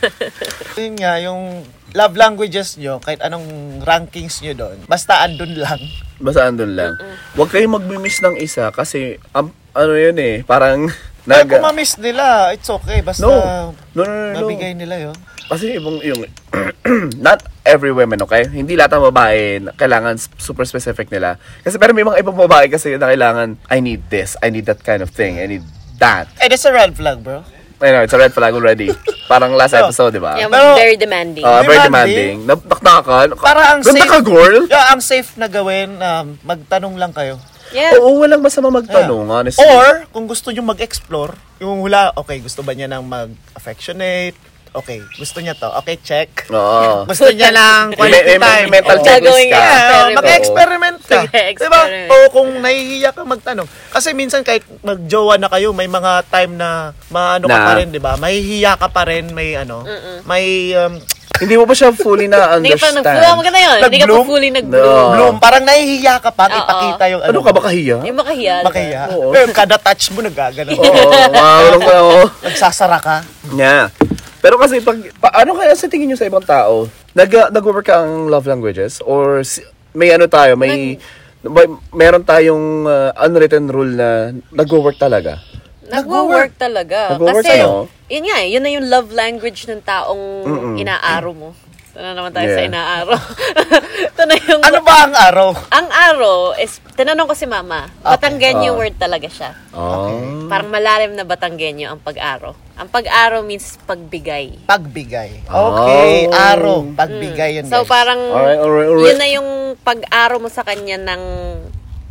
Speaker 3: <laughs>
Speaker 1: Yun nga, yung love languages nyo, kahit anong rankings nyo doon, basta andun lang.
Speaker 3: Basta andun lang. Huwag kayong magmi-miss ng isa kasi am- ano yun eh, parang <laughs> nag...
Speaker 1: Kung mamiss nila, it's okay. Basta
Speaker 3: No. No, no, no, no.
Speaker 1: nabigay nila yun.
Speaker 3: Kasi ibang yung... <clears throat> not every women, okay? Hindi lahat ng babae na kailangan s- super specific nila. Kasi pero may mga ibang babae kasi na kailangan, I need this, I need that kind of thing, I need that.
Speaker 1: Eh, that's a red flag, bro.
Speaker 3: I know, it's a red flag already. parang last
Speaker 1: No.
Speaker 3: episode, di ba?
Speaker 2: Yeah,
Speaker 1: Pero-
Speaker 2: very demanding.
Speaker 3: Ah, very
Speaker 1: Demanding.
Speaker 3: demanding. Naknakakan.
Speaker 1: Para ang
Speaker 3: Ganda
Speaker 1: safe.
Speaker 3: ka, girl!
Speaker 1: Yeah, ang safe na gawin, um, magtanong lang kayo.
Speaker 2: yeah.
Speaker 3: Oo, walang masama magtanong, honestly.
Speaker 1: Or, kung gusto nyo mag-explore, yung hula, okay, gusto ba niya ng mag-affectionate? Okay, gusto niya to. Okay, check.
Speaker 3: Oo.
Speaker 1: Gusto niya ng quality
Speaker 3: Ah. <laughs> May- may-
Speaker 1: time.
Speaker 3: may mental
Speaker 1: Oo.
Speaker 2: check.
Speaker 3: checklist ka.
Speaker 2: Gagawin
Speaker 1: Yeah, oh,
Speaker 2: Experiment.
Speaker 1: mag-experiment
Speaker 3: <laughs>
Speaker 1: ka.
Speaker 2: Sige,
Speaker 1: Diba?
Speaker 2: experiment.
Speaker 1: O kung nahihiya ka magtanong. Kasi minsan kahit magjowa na kayo, may mga time na maano ka
Speaker 3: Na.
Speaker 1: pa rin, diba? Mahihiya ka pa rin, may ano, may um,
Speaker 3: Hindi mo pa siya fully
Speaker 2: Hindi ka pa
Speaker 3: na-understand.
Speaker 2: nag-bloom. Huwag ka na yun. Hindi ka pa
Speaker 1: Nag-bloom?
Speaker 2: fully nag-bloom.
Speaker 3: Oo.
Speaker 1: bloom. Parang nahihiya ka pa, at
Speaker 2: Oo.
Speaker 1: ipakita yung ano.
Speaker 3: Ano ka ba
Speaker 2: <laughs>
Speaker 3: kahiya?
Speaker 2: Yung makahiya. di ba?
Speaker 1: Makahiya.
Speaker 3: Oo.
Speaker 1: Pero kada touch mo, nagagano.
Speaker 3: Oo, ah, maulong ko ako.
Speaker 1: Nagsasara ka.
Speaker 3: Yeah. Pero kasi pag, paano kaya sa tingin nyo sa ibang tao, nag, ah, nag-work ka ang love languages? Or si- may ano tayo, may, may meron tayong uh, unwritten rule na nag-work talaga?
Speaker 2: Nagwo-work talaga.
Speaker 3: Nagwo-work,
Speaker 2: Kasi,
Speaker 3: ano?
Speaker 2: yun nga, eh, yun na yung love language ng taong inaaro mo. Ito na naman tayo sa
Speaker 3: Yeah.
Speaker 2: inaaro. <laughs> Ito na yung...
Speaker 1: Ano ba ang araw?
Speaker 2: Ang aro is, tinanong ko si mama, Batanggenyo
Speaker 3: Ah.
Speaker 2: word talaga siya.
Speaker 3: Oh.
Speaker 2: Parang malalim na Batanggenyo ang pag-aro. Ang pag-aro means pagbigay.
Speaker 1: Pagbigay. Okay,
Speaker 3: Oh.
Speaker 1: araw. Pagbigay yun. guys.
Speaker 2: So parang,
Speaker 3: Alright, alright, alright.
Speaker 2: yun na yung pag-aro mo sa kanya ng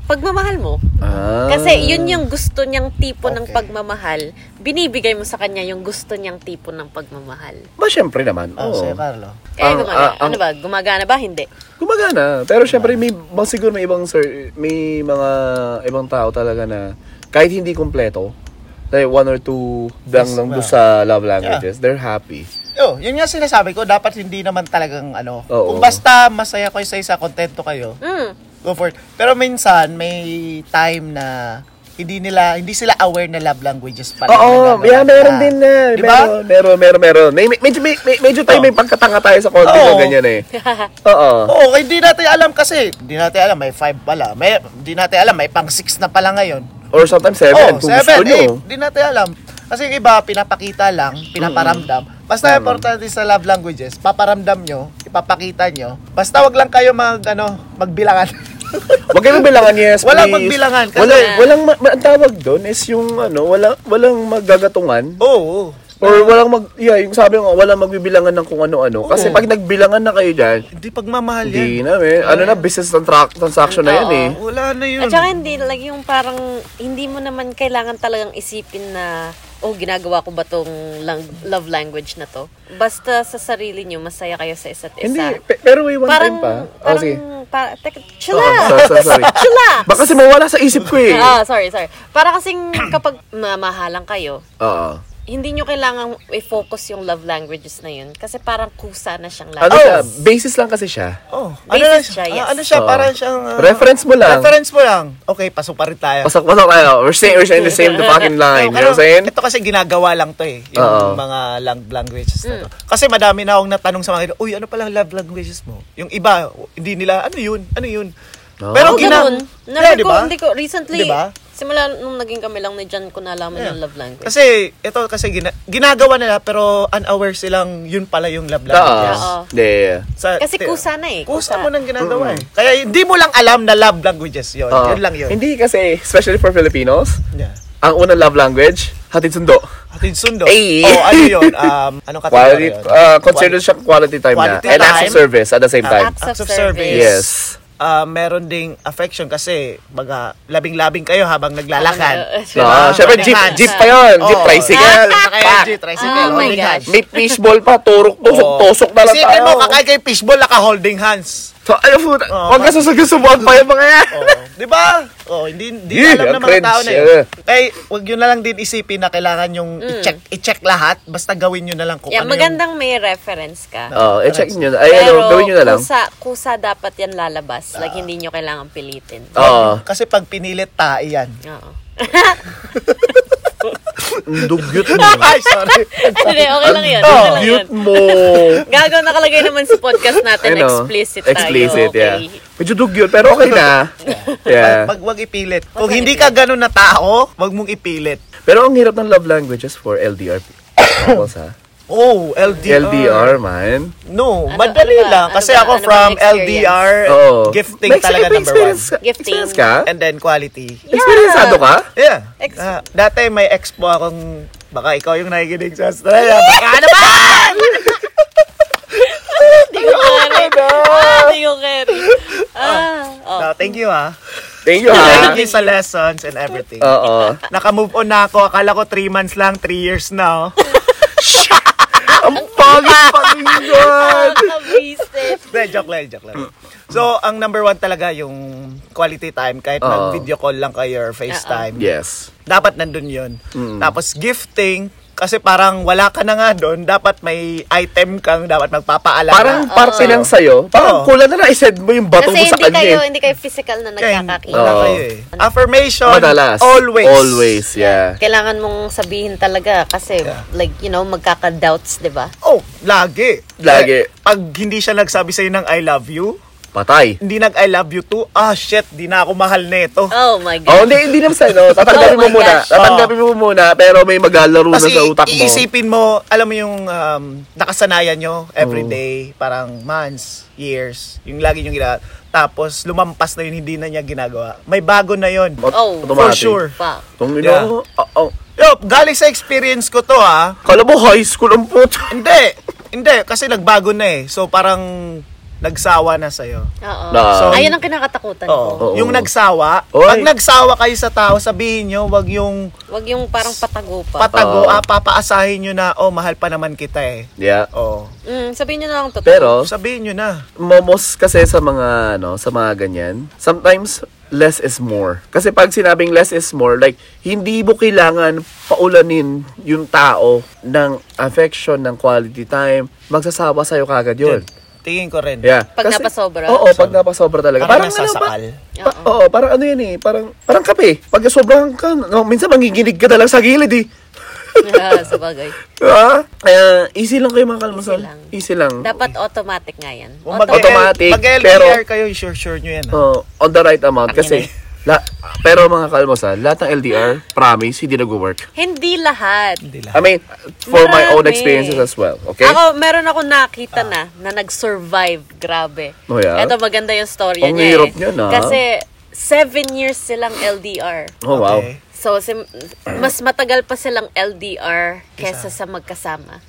Speaker 2: pagmamahal mo.
Speaker 3: Ah.
Speaker 2: Kasi yun yung gusto niyang tipo ng
Speaker 1: Okay.
Speaker 2: pagmamahal. Binibigay mo sa kanya yung gusto niyang tipo ng pagmamahal.
Speaker 3: Ba, Ah, syempre naman.
Speaker 1: Oh,
Speaker 3: oo.
Speaker 1: sa'yo, Carlo.
Speaker 2: Kaya
Speaker 3: Ang-
Speaker 2: gumagana.
Speaker 3: ah, ang-
Speaker 2: ano ba? Gumagana ba? Hindi.
Speaker 3: Gumagana. Pero syempre, may, bang siguro may ibang, sir, may mga ibang tao talaga na kahit hindi kumpleto, like one or two lang lang doon sa love languages, they're happy.
Speaker 1: Oh, yun nga sinasabi ko, dapat hindi naman talagang ano.
Speaker 3: Oo.
Speaker 1: Kung basta masaya
Speaker 2: <laughs>
Speaker 1: kayo sa isa, kontento kayo,
Speaker 2: Mm.
Speaker 1: go for it. Pero minsan, may time na hindi nila, hindi sila aware na love languages pala.
Speaker 3: Oo, yeah, meron din na.
Speaker 1: Di ba?
Speaker 3: Meron, meron, meron, meron. May, may- medyo, may, may- medyo tayo
Speaker 1: Oo.
Speaker 3: may pagkatanga tayo sa konti
Speaker 1: Oo.
Speaker 3: na ganyan eh. Oo.
Speaker 1: Oo, oh, hindi natin alam kasi. Hindi natin alam, may 5 pala. May, hindi natin alam, may pang 6 na pala ngayon.
Speaker 3: Or sometimes
Speaker 1: Oh,
Speaker 3: seven, kung gusto nyo.
Speaker 1: Hindi natin alam. Kasi yung iba, pinapakita lang, pinaparamdam. Basta importante sa love languages, paparamdam nyo, ipapakita nyo. Basta wag lang kayo mag, ano,
Speaker 3: <laughs>
Speaker 1: magbilangan.
Speaker 3: Huwag kayong bilangan, yes,
Speaker 1: <laughs> Walang
Speaker 3: please.
Speaker 1: magbilangan kasi-
Speaker 3: Wala, walang, ma- ma- ang tawag doon is yung, ano, walang, walang magagatungan.
Speaker 1: Oo.
Speaker 3: Or walang mag, yeah, yung sabi mo, walang magbibilangan ng kung ano-ano. Kasi
Speaker 1: Oo.
Speaker 3: pag nagbilangan na kayo dyan,
Speaker 1: Hindi pagmamahal yan.
Speaker 3: hindi na, eh. Ano na, business transac- transaction na yan, eh.
Speaker 1: Wala na yun.
Speaker 2: At saka hindi, like yung parang, hindi mo naman kailangan talagang isipin na, oh, ginagawa ko ba tong lang- love language na to? Basta sa sarili nyo, masaya kayo sa isa't isa.
Speaker 3: Hindi, pe- pero may one
Speaker 2: parang,
Speaker 3: time pa. Oh,
Speaker 2: parang,
Speaker 3: sige.
Speaker 2: parang, teka,
Speaker 3: Oo,
Speaker 2: chila!
Speaker 3: sorry,
Speaker 1: <laughs>
Speaker 3: sorry,
Speaker 2: <laughs>
Speaker 3: sorry.
Speaker 2: Chila!
Speaker 3: Baka kasi mawala sa isip ko, eh.
Speaker 2: Ah, sorry, sorry. Para kasing kapag mamahalang kayo,
Speaker 3: Oo.
Speaker 2: hindi nyo kailangang i-focus yung love languages na yun kasi parang kusa na siyang
Speaker 3: Ano
Speaker 2: language.
Speaker 3: siya, basis lang kasi siya.
Speaker 1: Oh, ano
Speaker 2: Basis
Speaker 1: lang siya?
Speaker 2: siya, yes.
Speaker 1: ah, ano siya?
Speaker 3: Oo.
Speaker 1: Parang siyang... ah,
Speaker 3: Oh. Reference mo lang.
Speaker 1: Reference mo lang. Okay, pasok pa rin tayo.
Speaker 3: Pasok, pasok tayo. We're, saying, we're saying the same the
Speaker 1: <laughs>
Speaker 3: fucking line. You know
Speaker 1: Pero,
Speaker 3: what I'm saying?
Speaker 1: Ito kasi ginagawa lang to eh. Yung
Speaker 3: Oo.
Speaker 1: mga lang languages na
Speaker 2: Mm.
Speaker 1: to. Kasi madami na akong natanong sa mga uy, ano pala love languages mo? Yung iba, hindi nila, ano yun? Ano yun?
Speaker 3: Oo.
Speaker 1: Pero
Speaker 2: Ako
Speaker 1: gina...
Speaker 2: Oh, ganun.
Speaker 1: Yeah,
Speaker 2: Narinig
Speaker 1: di
Speaker 2: ko,
Speaker 1: ba?
Speaker 2: hindi ko, recently,
Speaker 1: Di ba?
Speaker 2: simula nung naging kami lang ni John ko nalaman yung love language.
Speaker 1: Kasi, ito kasi gina- ginagawa nila pero unaware silang yun pala yung love
Speaker 3: Oo.
Speaker 1: languages.
Speaker 2: Oo.
Speaker 3: Yeah.
Speaker 1: Sa-
Speaker 2: Kasi
Speaker 1: te-
Speaker 2: kusa na eh,
Speaker 1: Kusa,
Speaker 2: kusa.
Speaker 1: mo nang ginagawa eh. Kaya hindi mo lang alam na love languages yun.
Speaker 3: Oo.
Speaker 1: Yun lang yun.
Speaker 3: Ah. Hindi kasi, especially for Filipinos,
Speaker 1: Yeah.
Speaker 3: ang unang love language, hatid sundo.
Speaker 1: Atin sundo.
Speaker 3: Ay!
Speaker 1: Oh, ano yun? Um,
Speaker 3: <laughs>
Speaker 1: anong kategory
Speaker 3: Quality,
Speaker 1: yun?
Speaker 3: uh, considered siya quality time
Speaker 1: Quality
Speaker 3: na. And acts of
Speaker 1: time.
Speaker 3: service at the same time.
Speaker 2: Acts of service.
Speaker 3: Yes.
Speaker 1: Ah, meron ding affection kasi baga labing-labing kayo habang naglalakad.
Speaker 2: Habang-
Speaker 1: Di
Speaker 3: <laughs>
Speaker 1: ba?
Speaker 3: No,
Speaker 1: Oh.
Speaker 3: Ah, syempre,
Speaker 1: Holding
Speaker 3: jeep,
Speaker 1: hands.
Speaker 3: jeep pa yun. Jeep
Speaker 1: Oo.
Speaker 3: tricycle.
Speaker 1: Saka yung
Speaker 3: Pak.
Speaker 1: jeep, tricycle,
Speaker 2: Oh my
Speaker 1: holding hands.
Speaker 3: May fishball pa, turok, tusok,
Speaker 1: Oo.
Speaker 3: tusok na lang tayo.
Speaker 1: Oh. Isipin mo, kakay Oh. kay fishball, naka-holding hands.
Speaker 3: So, ayun
Speaker 1: Oo.
Speaker 3: po, huwag ka sasagasubuan pa yung mga yan.
Speaker 1: Oh, di ba? Oh, hindi, hindi
Speaker 3: Yeah,
Speaker 1: alam ng
Speaker 3: ang
Speaker 1: mga tao
Speaker 3: cringe,
Speaker 1: na yun.
Speaker 3: yeah.
Speaker 1: Kaya, wag yun na lang din isipin na kailangan yung i-check, i-check lahat. Basta gawin yun na lang kung
Speaker 2: Mm. Yeah,
Speaker 1: ano
Speaker 2: magandang may reference ka.
Speaker 1: Oh.
Speaker 3: <laughs> Oo, Oh, i-check nyo na. Ay, ano, Ah, gawin nyo na lang. Ah.
Speaker 2: kusa, kusa dapat yan lalabas. like, hindi nyo kailangan pilitin.
Speaker 3: Oo.
Speaker 1: yung... Kasi pag pinilit, tae
Speaker 3: <laughs>
Speaker 1: yan.
Speaker 2: Oo. <laughs>
Speaker 3: Ang dugyot mo.
Speaker 1: Ay, sorry.
Speaker 2: Ano na,
Speaker 3: Ah,
Speaker 2: okay lang yun. Okay lang yun.
Speaker 3: Dugyot mo.
Speaker 2: Gagaw nakalagay naman sa podcast natin,
Speaker 3: Ano?
Speaker 2: explicit tayo.
Speaker 3: Explicit, yeah.
Speaker 2: okay.
Speaker 3: Medyo dugyot, pero okay na. Yeah.
Speaker 1: Ano? Pag, pag wag ipilit. Kung
Speaker 2: ka
Speaker 1: hindi ka ganun na tao, wag mong ipilit.
Speaker 3: Pero ang hirap ng love languages for LDR couples, ha?
Speaker 1: <coughs> Oh, LDR. oh.
Speaker 3: LDR, man.
Speaker 1: No,
Speaker 2: Ano-
Speaker 1: madali
Speaker 2: ano ba-
Speaker 1: lang.
Speaker 2: ano
Speaker 1: Kasi
Speaker 2: ba-
Speaker 1: ako
Speaker 2: ano ba
Speaker 1: from
Speaker 2: ang experience?
Speaker 1: LDR,
Speaker 3: Oo.
Speaker 1: gifting
Speaker 3: May-
Speaker 1: talaga
Speaker 3: may
Speaker 1: number
Speaker 3: experience
Speaker 1: one.
Speaker 3: ka-
Speaker 2: Gifting.
Speaker 3: Experience ka?
Speaker 1: And then quality.
Speaker 3: Experienceado ka?
Speaker 1: Yeah.
Speaker 2: Ex-
Speaker 1: Ah, dati may ex po akong, baka ikaw yung nakikinig sa Australia.
Speaker 2: <laughs>
Speaker 1: Baka ano
Speaker 3: <laughs>
Speaker 1: ba?
Speaker 2: Hindi ko
Speaker 3: Oh
Speaker 2: carry. Ah, Hindi ko carry. Ah, oh.
Speaker 1: No, thank you
Speaker 3: <laughs>
Speaker 1: ha.
Speaker 3: Thank you, ha?
Speaker 1: Thank you sa lessons and everything.
Speaker 3: Oo.
Speaker 1: Naka-move on na ako. Akala ko 3 months lang, 3 years na. oh.
Speaker 3: Ang pagod pakinggan!
Speaker 2: Nakabwisit.
Speaker 1: Hindi, joke lang, joke lang. So, ang number one talaga yung quality time. Kahit
Speaker 3: Oo.
Speaker 1: mag-video call lang kayo or FaceTime.
Speaker 3: Yes.
Speaker 1: dapat nandun yun.
Speaker 3: Mm.
Speaker 1: Tapos gifting, kasi parang wala ka na nga doon, dapat may item kang dapat magpapaalala.
Speaker 3: Parang parte lang sa'yo. Parang
Speaker 1: Oo.
Speaker 3: kulang na lang isend mo yung bato
Speaker 2: Kasi
Speaker 3: mo sa
Speaker 2: hindi kayo,
Speaker 3: kanya. eh.
Speaker 2: hindi kayo physical na
Speaker 1: Kaya,
Speaker 2: nagkakakita. Ano?
Speaker 1: wala
Speaker 3: Oo.
Speaker 1: kayo eh. Affirmation,
Speaker 3: Madalas.
Speaker 1: always.
Speaker 3: Always, yeah.
Speaker 2: Kailangan mong sabihin talaga kasi like, you know, magkaka-doubts, di ba?
Speaker 1: Oh, lagi.
Speaker 3: Lagi.
Speaker 1: Eh, Pag hindi siya nagsabi sa'yo ng I love you,
Speaker 3: Patay.
Speaker 1: hindi nag I love you too, ah shit, di na ako mahal nito.
Speaker 2: Oh my God.
Speaker 3: Oh, hindi, hindi naman
Speaker 2: <laughs>
Speaker 3: sa'yo. Tatanggapin
Speaker 2: Oh
Speaker 3: mo
Speaker 2: my
Speaker 3: muna.
Speaker 2: gosh.
Speaker 3: Tatanggapin mo muna, pero may maglalaro na
Speaker 1: Tapos
Speaker 3: sa
Speaker 1: i-
Speaker 3: utak mo.
Speaker 1: iisipin mo, alam mo yung um, nakasanayan nyo
Speaker 3: Mm.
Speaker 1: everyday, parang months, years, yung lagi nyo ginagawa. Tapos lumampas na yun, hindi na niya ginagawa. May bago na yun.
Speaker 3: Aut-
Speaker 2: Oh.
Speaker 1: For
Speaker 3: automatic.
Speaker 1: sure.
Speaker 2: Wow.
Speaker 3: Tung ino.
Speaker 1: Yeah.
Speaker 3: Oh, oh.
Speaker 1: Yo, galing sa experience ko to ha.
Speaker 3: Kala mo high school ang puto.
Speaker 1: Hindi, hindi kasi nagbago na eh. So parang nagsawa na sa'yo.
Speaker 2: Oo.
Speaker 3: Na- um,
Speaker 2: Ayun ang kinakatakutan ko.
Speaker 1: Oo.
Speaker 3: Oo.
Speaker 1: Yung nagsawa,
Speaker 3: Oy.
Speaker 1: pag nagsawa kayo sa tao, sabihin nyo, wag yung
Speaker 2: Huwag yung parang patago pa.
Speaker 1: patago,
Speaker 3: Oo.
Speaker 1: ah, papaasahin nyo na, oh, mahal pa naman kita eh.
Speaker 3: Yeah.
Speaker 1: Oh,
Speaker 2: mm, sabihin nyo na lang totoo. <laughs>
Speaker 3: Pero
Speaker 1: sabihin nyo na.
Speaker 3: momos kasi sa mga ano, sa mga ganyan, sometimes less is more. Kasi pag sinabing less is more, like hindi mo kailangan paulanin yung tao ng affection, ng quality time, magsasawa sa'yo kagad yun.
Speaker 1: Tingin ko rin.
Speaker 3: Yeah.
Speaker 2: Pag
Speaker 3: Kasi-
Speaker 2: napasobra.
Speaker 3: Oo, pag napasobra talaga.
Speaker 1: Parang
Speaker 3: ano ba-
Speaker 1: nasasakal.
Speaker 3: pa- oo, parang ano yan eh. Parang, parang kape. Pag sobrang ka, no, minsan manginginig ka talaga sa gilid eh.
Speaker 2: Yeah, sabagay.
Speaker 3: Ah, Kaya easy lang kayo mga kalmasal.
Speaker 2: Easy lang.
Speaker 3: Easy lang.
Speaker 2: Dapat automatic nga yan.
Speaker 1: Kung mag-
Speaker 2: Auto-
Speaker 3: Automatic,
Speaker 1: Mag-LDR
Speaker 3: pero-
Speaker 1: kayo, sure-sure nyo yan. ah.
Speaker 3: Oh, on the right
Speaker 2: Ang
Speaker 3: amount. Kasi, la, pero mga kalmasal, lahat ng LDR, promise, hindi nag-work.
Speaker 2: hindi lahat.
Speaker 1: Hindi lang.
Speaker 3: I mean, for my own
Speaker 2: Marami.
Speaker 3: experiences as well. Okay? Ah.
Speaker 2: Ako, meron ako nakita na na nag-survive. Grabe.
Speaker 3: Oh, yeah?
Speaker 2: Ito maganda yung story
Speaker 3: Ang
Speaker 2: niya eh.
Speaker 3: hirap niyan, ah.
Speaker 2: Kasi seven years silang LDR.
Speaker 3: oh, wow.
Speaker 1: Okay.
Speaker 2: So, sim- mas matagal pa silang LDR kesa sa magkasama.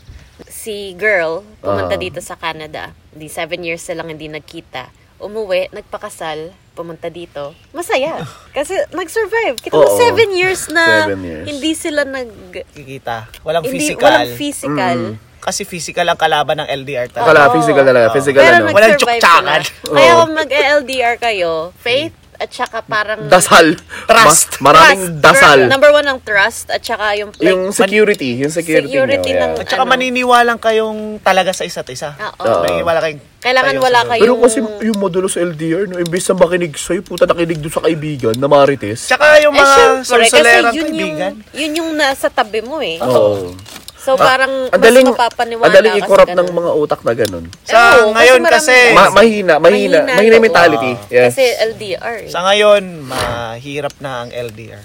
Speaker 2: Si girl, pumunta
Speaker 3: Ah.
Speaker 2: dito sa Canada. Di seven years silang hindi nagkita. Umuwi, nagpakasal, pumunta dito. Masaya. Kasi nag-survive. Kita mo,
Speaker 3: Oo.
Speaker 2: seven years na
Speaker 3: Seven years.
Speaker 2: hindi sila nag...
Speaker 1: Kikita. Walang
Speaker 2: Hindi,
Speaker 1: physical.
Speaker 2: walang physical.
Speaker 3: Mm.
Speaker 1: Kasi physical ang kalaban ng LDR talaga.
Speaker 3: Akala,
Speaker 2: Oo.
Speaker 3: physical talaga. Physical
Speaker 2: Pero
Speaker 3: ano.
Speaker 1: nag- Walang
Speaker 2: nag-survive sila.
Speaker 1: tsuktsakan.
Speaker 2: Kaya
Speaker 3: Oo.
Speaker 2: kung mag-LDR kayo, faith at saka parang...
Speaker 3: Dasal.
Speaker 1: Trust.
Speaker 3: Ma- maraming
Speaker 2: Trust.
Speaker 3: dasal.
Speaker 2: Number one ang trust at saka yung... Like,
Speaker 3: yung security. Yung security,
Speaker 2: Security
Speaker 3: niyo,
Speaker 2: ng-
Speaker 3: yeah.
Speaker 1: At saka
Speaker 2: Ano?
Speaker 1: maniniwalang kayong talaga sa isa't isa.
Speaker 2: Ah, Oo.
Speaker 3: Oo.
Speaker 1: Maniniwala kayong
Speaker 2: Kailangan
Speaker 1: kayo sa
Speaker 2: wala
Speaker 1: loob.
Speaker 2: kayo.
Speaker 3: Pero kasi yung modulo sa LDR, no, imbis na makinig sa'yo, puta nakinig doon sa kaibigan na marites.
Speaker 1: Tsaka yung
Speaker 2: eh,
Speaker 1: mga
Speaker 2: syempre, kasi
Speaker 1: susulerang
Speaker 2: yun yung,
Speaker 1: kaibigan.
Speaker 2: yun yung nasa tabi mo eh.
Speaker 3: Oo.
Speaker 2: So
Speaker 3: Ah,
Speaker 2: parang
Speaker 3: Ang daling,
Speaker 2: mas mapapaniwala
Speaker 3: ang daling
Speaker 2: ka sa
Speaker 3: i-corrupt
Speaker 2: ganun.
Speaker 3: ng mga utak na ganun.
Speaker 1: Sa
Speaker 2: Oo, kasi
Speaker 1: ngayon
Speaker 2: maraming
Speaker 1: kasi,
Speaker 2: Yes.
Speaker 3: Ma- mahina, mahina,
Speaker 2: Mahina,
Speaker 3: mahina, yung
Speaker 2: oo.
Speaker 3: mentality. Yes.
Speaker 2: Kasi LDR eh.
Speaker 1: sa ngayon, mahirap na ang LDR.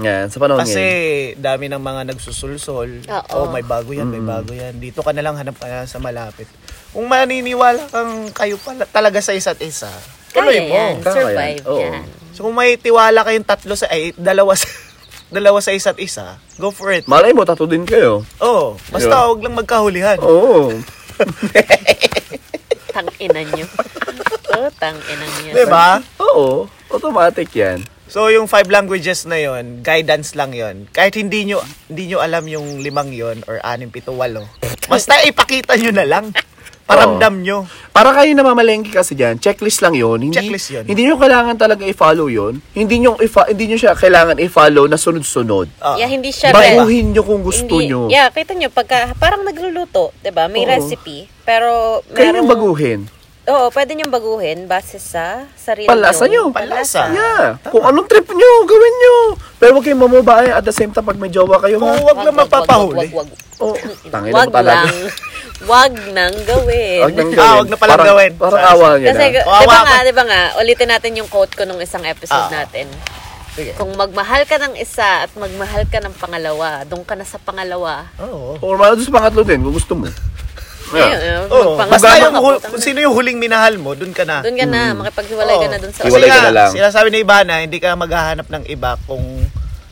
Speaker 3: Yan, sa panahon
Speaker 1: Kasi
Speaker 3: ngayon.
Speaker 1: dami ng mga nagsusulsol.
Speaker 2: Oo.
Speaker 1: Oh, may bago yan,
Speaker 3: Mm.
Speaker 1: may bago yan. Dito ka na lang hanap ka na sa malapit. Kung maniniwala kang kayo pala, talaga sa isa't isa,
Speaker 2: Kaya
Speaker 1: tuloy mo.
Speaker 2: yan.
Speaker 3: Kaya
Speaker 2: Survive
Speaker 3: yan. Oo.
Speaker 2: yan.
Speaker 1: So kung may tiwala kayong tatlo sa, ay, dalawa sa, <laughs> dalawa sa isa't isa, go for it.
Speaker 3: Malay mo, tato din kayo.
Speaker 1: Oo. Basta
Speaker 3: Diba?
Speaker 1: huwag lang magkahulihan.
Speaker 3: Oo.
Speaker 2: Tanginan
Speaker 1: <laughs>
Speaker 2: nyo. Oh, tanginan nyo.
Speaker 1: Diba?
Speaker 3: Oo. Automatic yan.
Speaker 1: So yung five languages na yon, guidance lang yon. Kahit hindi nyo, hindi nyo alam yung limang yon or anim, pito, walo.
Speaker 2: <laughs>
Speaker 1: Basta ipakita nyo na lang. Paramdam nyo.
Speaker 3: Para kayo namamalengke kasi dyan, checklist lang yon. Hindi,
Speaker 1: Checklist yun.
Speaker 3: Hindi nyo kailangan talaga i-follow yon. Hindi nyo, ifa- hindi nyo siya kailangan i-follow na sunod-sunod.
Speaker 1: Ah.
Speaker 2: Yeah, hindi siya re-
Speaker 3: Baguhin nyo kung gusto
Speaker 2: hindi,
Speaker 3: nyo.
Speaker 2: Yeah, kita nyo, pagka, parang nagluluto, 'di ba May
Speaker 3: Oo.
Speaker 2: recipe, pero
Speaker 3: Kaya nyo
Speaker 2: merong-
Speaker 3: baguhin.
Speaker 2: Oo, pwede niyong baguhin base sa sarili
Speaker 3: Palasa
Speaker 2: niyong
Speaker 3: nyo.
Speaker 1: Palasa.
Speaker 3: Yeah. Kung anong trip nyo, gawin nyo. Pero huwag kayong mamubay at the same time pag may jowa kayo ha.
Speaker 1: Kung huwag Oh, lang
Speaker 2: Wag, wag,
Speaker 1: mapapahuli.
Speaker 2: wag, wag, wag.
Speaker 3: Oh, tangin
Speaker 2: Wag
Speaker 3: mo talaga.
Speaker 2: lang. Wag nang gawin.
Speaker 3: Huwag nang ah.
Speaker 1: Ah, huwag na palang
Speaker 3: Parang-
Speaker 1: gawin.
Speaker 3: Parang awa nyo
Speaker 2: Kasi,
Speaker 3: na.
Speaker 2: di
Speaker 1: Kawawa
Speaker 2: ba nga,
Speaker 1: ka.
Speaker 2: di ba nga, ulitin natin yung quote ko nung isang episode
Speaker 1: Ah.
Speaker 2: natin.
Speaker 1: Sige.
Speaker 2: Kung magmahal ka ng isa at magmahal ka ng pangalawa, doon ka na sa pangalawa.
Speaker 1: Oo.
Speaker 3: Or mara doon sa pangatlo din, kung gusto mo. Yeah.
Speaker 2: Ayun, eh,
Speaker 1: Oo. Oh.
Speaker 2: magpangalawa
Speaker 1: Basta yung,
Speaker 2: ka,
Speaker 1: hu-
Speaker 2: putang
Speaker 1: kung
Speaker 2: ina.
Speaker 1: sino yung huling minahal mo, dun ka na.
Speaker 2: Doon ka na, makipaghiwalay ka na doon sa
Speaker 1: Kasi
Speaker 3: Hiwalay ka
Speaker 1: nga,
Speaker 3: na lang.
Speaker 1: Sila sabi ni Ivana, hindi ka maghahanap ng iba kung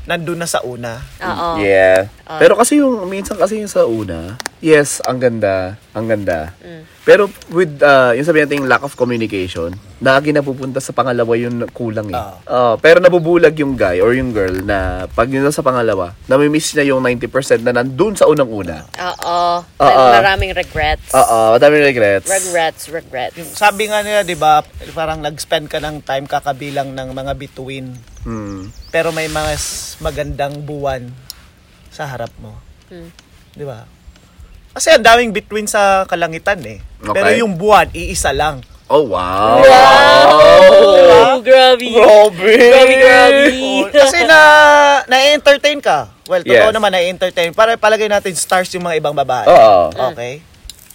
Speaker 1: nandun na sa una.
Speaker 2: Oo.
Speaker 3: Yeah.
Speaker 1: Oh.
Speaker 3: Pero kasi yung, minsan kasi yung sa una, yes, ang ganda, ang ganda.
Speaker 1: Mm.
Speaker 3: Pero with, uh, yung sabi natin, yung lack of communication, lagi napupunta sa pangalawa yung kulang eh.
Speaker 1: Oh.
Speaker 3: Oo, pero nabubulag yung guy or yung girl na pag yun na sa pangalawa, namimiss niya yung 90% na nandun sa unang-una.
Speaker 2: Oo.
Speaker 3: Oo.
Speaker 2: Maraming regrets.
Speaker 3: Oo, madami regrets.
Speaker 2: Regrets, regrets.
Speaker 1: Sabi nga nila, di ba, parang nag-spend ka ng time kakabilang ng mga bituin.
Speaker 3: Hmm.
Speaker 1: Pero may mga s- magandang buwan sa harap mo.
Speaker 2: Hmm.
Speaker 1: Di ba? Kasi ang daming between sa kalangitan eh.
Speaker 3: Okay.
Speaker 1: Pero yung buwan, iisa
Speaker 2: <laughs>
Speaker 1: lang.
Speaker 3: Oh, wow.
Speaker 2: Oh, grabe.
Speaker 3: Grabe.
Speaker 2: Grabe, grabe.
Speaker 1: Kasi na na-entertain ka. Well, totoo
Speaker 3: Yes.
Speaker 1: naman na-entertain. Para palagay natin stars yung mga ibang babae.
Speaker 3: Oo.
Speaker 1: Okay?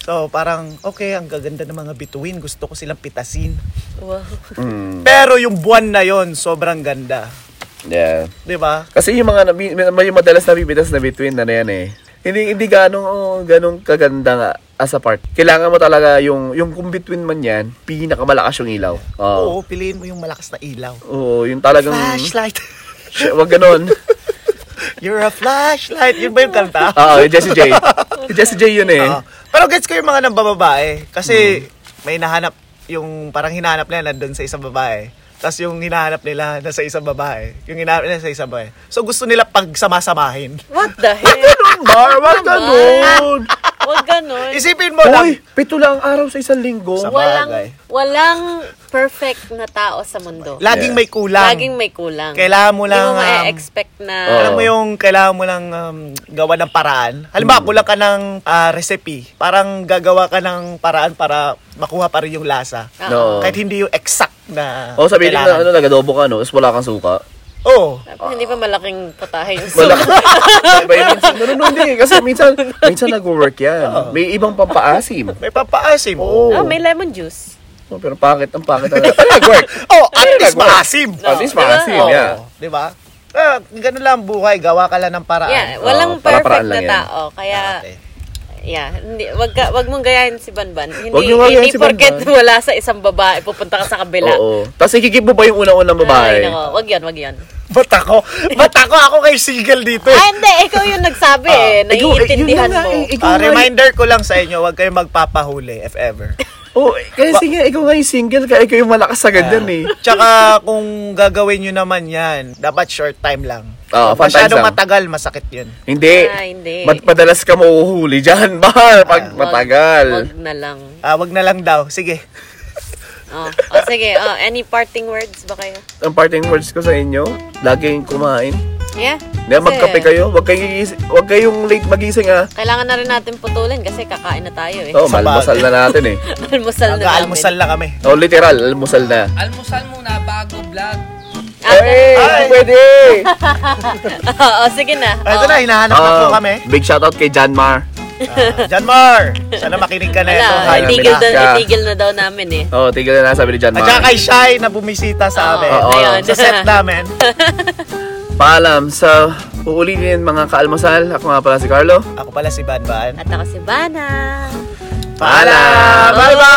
Speaker 1: So, parang, okay, ang gaganda ng mga bituin. Gusto ko silang pitasin.
Speaker 2: <laughs> Wow.
Speaker 3: Mm,
Speaker 1: Pero yung buwan na yon sobrang ganda.
Speaker 3: yeah.
Speaker 1: Di ba?
Speaker 3: Kasi yung mga nabi, may yung madalas nabibitas na between na yan eh. Hindi hindi ganong oh, ganong kaganda nga as a part. Kailangan mo talaga yung yung kung between man yan, pinakamalakas yung ilaw.
Speaker 1: Oo,
Speaker 3: Oo.
Speaker 1: piliin mo yung malakas na ilaw.
Speaker 3: Oo, yung talagang
Speaker 1: Flashlight. <laughs>
Speaker 3: Shit, wag ganon.
Speaker 1: You're a flashlight. Yun ba yung kanta?
Speaker 3: <laughs> Oo, Ah, yung Jessie J. Yung Jessie J yun eh.
Speaker 1: Oo. Pero gets ko yung mga ng babae. Kasi may nahanap, yung parang hinahanap nila nandun sa isang babae. Tapos yung hinahanap nila nasa isang babae. Yung hinahanap nila sa isang babae. So gusto nila pagsamasamahin.
Speaker 2: What the heck?
Speaker 3: Ganun ba? Wag ganon.
Speaker 2: Huwag ganun.
Speaker 1: Isipin mo lang.
Speaker 3: Uy, pito lang araw sa isang linggo.
Speaker 1: Sa-
Speaker 2: Walang,
Speaker 1: Bagay.
Speaker 2: walang perfect na tao sa mundo.
Speaker 1: Laging
Speaker 3: Yeah.
Speaker 1: may kulang.
Speaker 2: Laging may kulang.
Speaker 1: Kailangan mo lang,
Speaker 2: Hindi mo
Speaker 1: um,
Speaker 2: ma-expect na...
Speaker 3: Oo. Hmm.
Speaker 1: Alam mo yung kailangan mo lang um, gawa ng paraan. Halimbawa, kulang ka ng ah, recipe. Parang gagawa ka ng paraan para makuha pa rin yung lasa.
Speaker 2: Oo.
Speaker 3: No.
Speaker 1: Kahit hindi yung exact na
Speaker 3: O sabihin nila,
Speaker 1: kailangan. Oh,
Speaker 3: ano, nagadobo ka, no? Tapos wala kang suka.
Speaker 1: Oo.
Speaker 2: Tapos hindi pa malaking patahin. So,
Speaker 3: <laughs> Wala Iba yung minsan, ganun nun din. Kasi minsan, minsan nag-work yan. May ibang pampaasim.
Speaker 1: May papaasim.
Speaker 3: Oo.
Speaker 2: ah, may lemon juice.
Speaker 3: Oh, pero pangit ang pangit. Ano, nag-work.
Speaker 1: Oh, at least
Speaker 3: Nag-work.
Speaker 1: maasim.
Speaker 3: At least maasim,
Speaker 1: Oo.
Speaker 3: yeah.
Speaker 1: Di ba? Ah, ganun lang ang buhay. Gawa ka lang ng paraan.
Speaker 2: Yeah,
Speaker 3: Oo,
Speaker 2: walang perfect na
Speaker 3: para-paraan Oh, lang yan.
Speaker 2: tao. Kaya,
Speaker 1: Okay.
Speaker 2: yeah, hindi, wag, ka, wag mong gayahin si Banban. Hindi,
Speaker 3: Wag niyo gayahin
Speaker 2: hindi
Speaker 3: si
Speaker 2: porket
Speaker 3: Banban.
Speaker 2: wala sa isang babae, pupunta ka sa kabila.
Speaker 3: Oo. Tapos ikikip mo ba yung unang-unang babae?
Speaker 2: Ay, nako, wag yan, wag yan.
Speaker 1: Ba't ako? Ba't ako? Ako kay single dito eh.
Speaker 2: Ah, hindi, ikaw yung nagsabi eh.
Speaker 3: Eh, ikaw- eh, yun
Speaker 2: Naiintindihan
Speaker 3: na nga,
Speaker 2: mo.
Speaker 3: eh, ikaw
Speaker 1: Ah,
Speaker 3: nga-
Speaker 1: reminder ko lang sa inyo, huwag kayong magpapahuli, if ever.
Speaker 3: Oh, eh, kasi nga, ikaw nga yung single, kaya ikaw yung malakas
Speaker 2: Ah.
Speaker 3: agad dun eh.
Speaker 1: Ah. Tsaka kung gagawin nyo naman yan, dapat short time lang.
Speaker 3: Oo, fun times
Speaker 1: Masyadong
Speaker 3: lang.
Speaker 1: matagal, masakit yun.
Speaker 3: Ah, Hindi.
Speaker 2: Ah, hindi. Ah,
Speaker 3: Mat- madalas ka mauhuli dyan, <laughs> mahal. Pag
Speaker 2: Wag-
Speaker 3: matagal.
Speaker 2: Wag na lang.
Speaker 1: Ah, wag na lang daw. Sige.
Speaker 2: Oh, oh sige, oh, any parting words ba kayo?
Speaker 3: Ang parting words ko sa inyo, laging kumain.
Speaker 2: Yeah.
Speaker 3: Hindi,
Speaker 2: Kasi
Speaker 3: magkape kayo. Wag kayong, gigis- wag kayong late magising ah.
Speaker 2: Kailangan na rin natin putulin kasi kakain na tayo eh.
Speaker 3: Oo, oh,
Speaker 1: Sa
Speaker 3: malmasal na natin eh.
Speaker 2: <laughs> Almusal na namin.
Speaker 1: Nag-almusal na kami.
Speaker 3: Oh, literal, almusal na.
Speaker 4: Almusal muna bago vlog.
Speaker 2: Ah,
Speaker 3: Ay,
Speaker 1: Ay!
Speaker 3: pwede!
Speaker 2: oh, sige na.
Speaker 1: Ah, Ito
Speaker 2: <laughs> Oo.
Speaker 1: na, hinahanap na po
Speaker 3: Um,
Speaker 1: kami.
Speaker 3: Big shoutout kay John Mar.
Speaker 1: Ah, John Mar! Sana makinig ka na ito.
Speaker 2: Wala,
Speaker 1: Hayop
Speaker 2: itigil,
Speaker 1: ka.
Speaker 2: na,
Speaker 3: Alaska.
Speaker 2: itigil na daw namin eh.
Speaker 3: Oh, tigil na na sabi ni John
Speaker 1: At saka
Speaker 3: Mar.
Speaker 1: kay Shai na bumisita sa amin.
Speaker 3: Oo.
Speaker 2: Ah. ayun.
Speaker 1: Sa
Speaker 2: <laughs>
Speaker 1: set namin.
Speaker 3: Paalam sa uulitin mga kaalmasal. Ako nga pala si Carlo.
Speaker 1: Ako pala si Banban.
Speaker 2: At ako si Bana.
Speaker 3: Paalam!
Speaker 1: Bye-bye!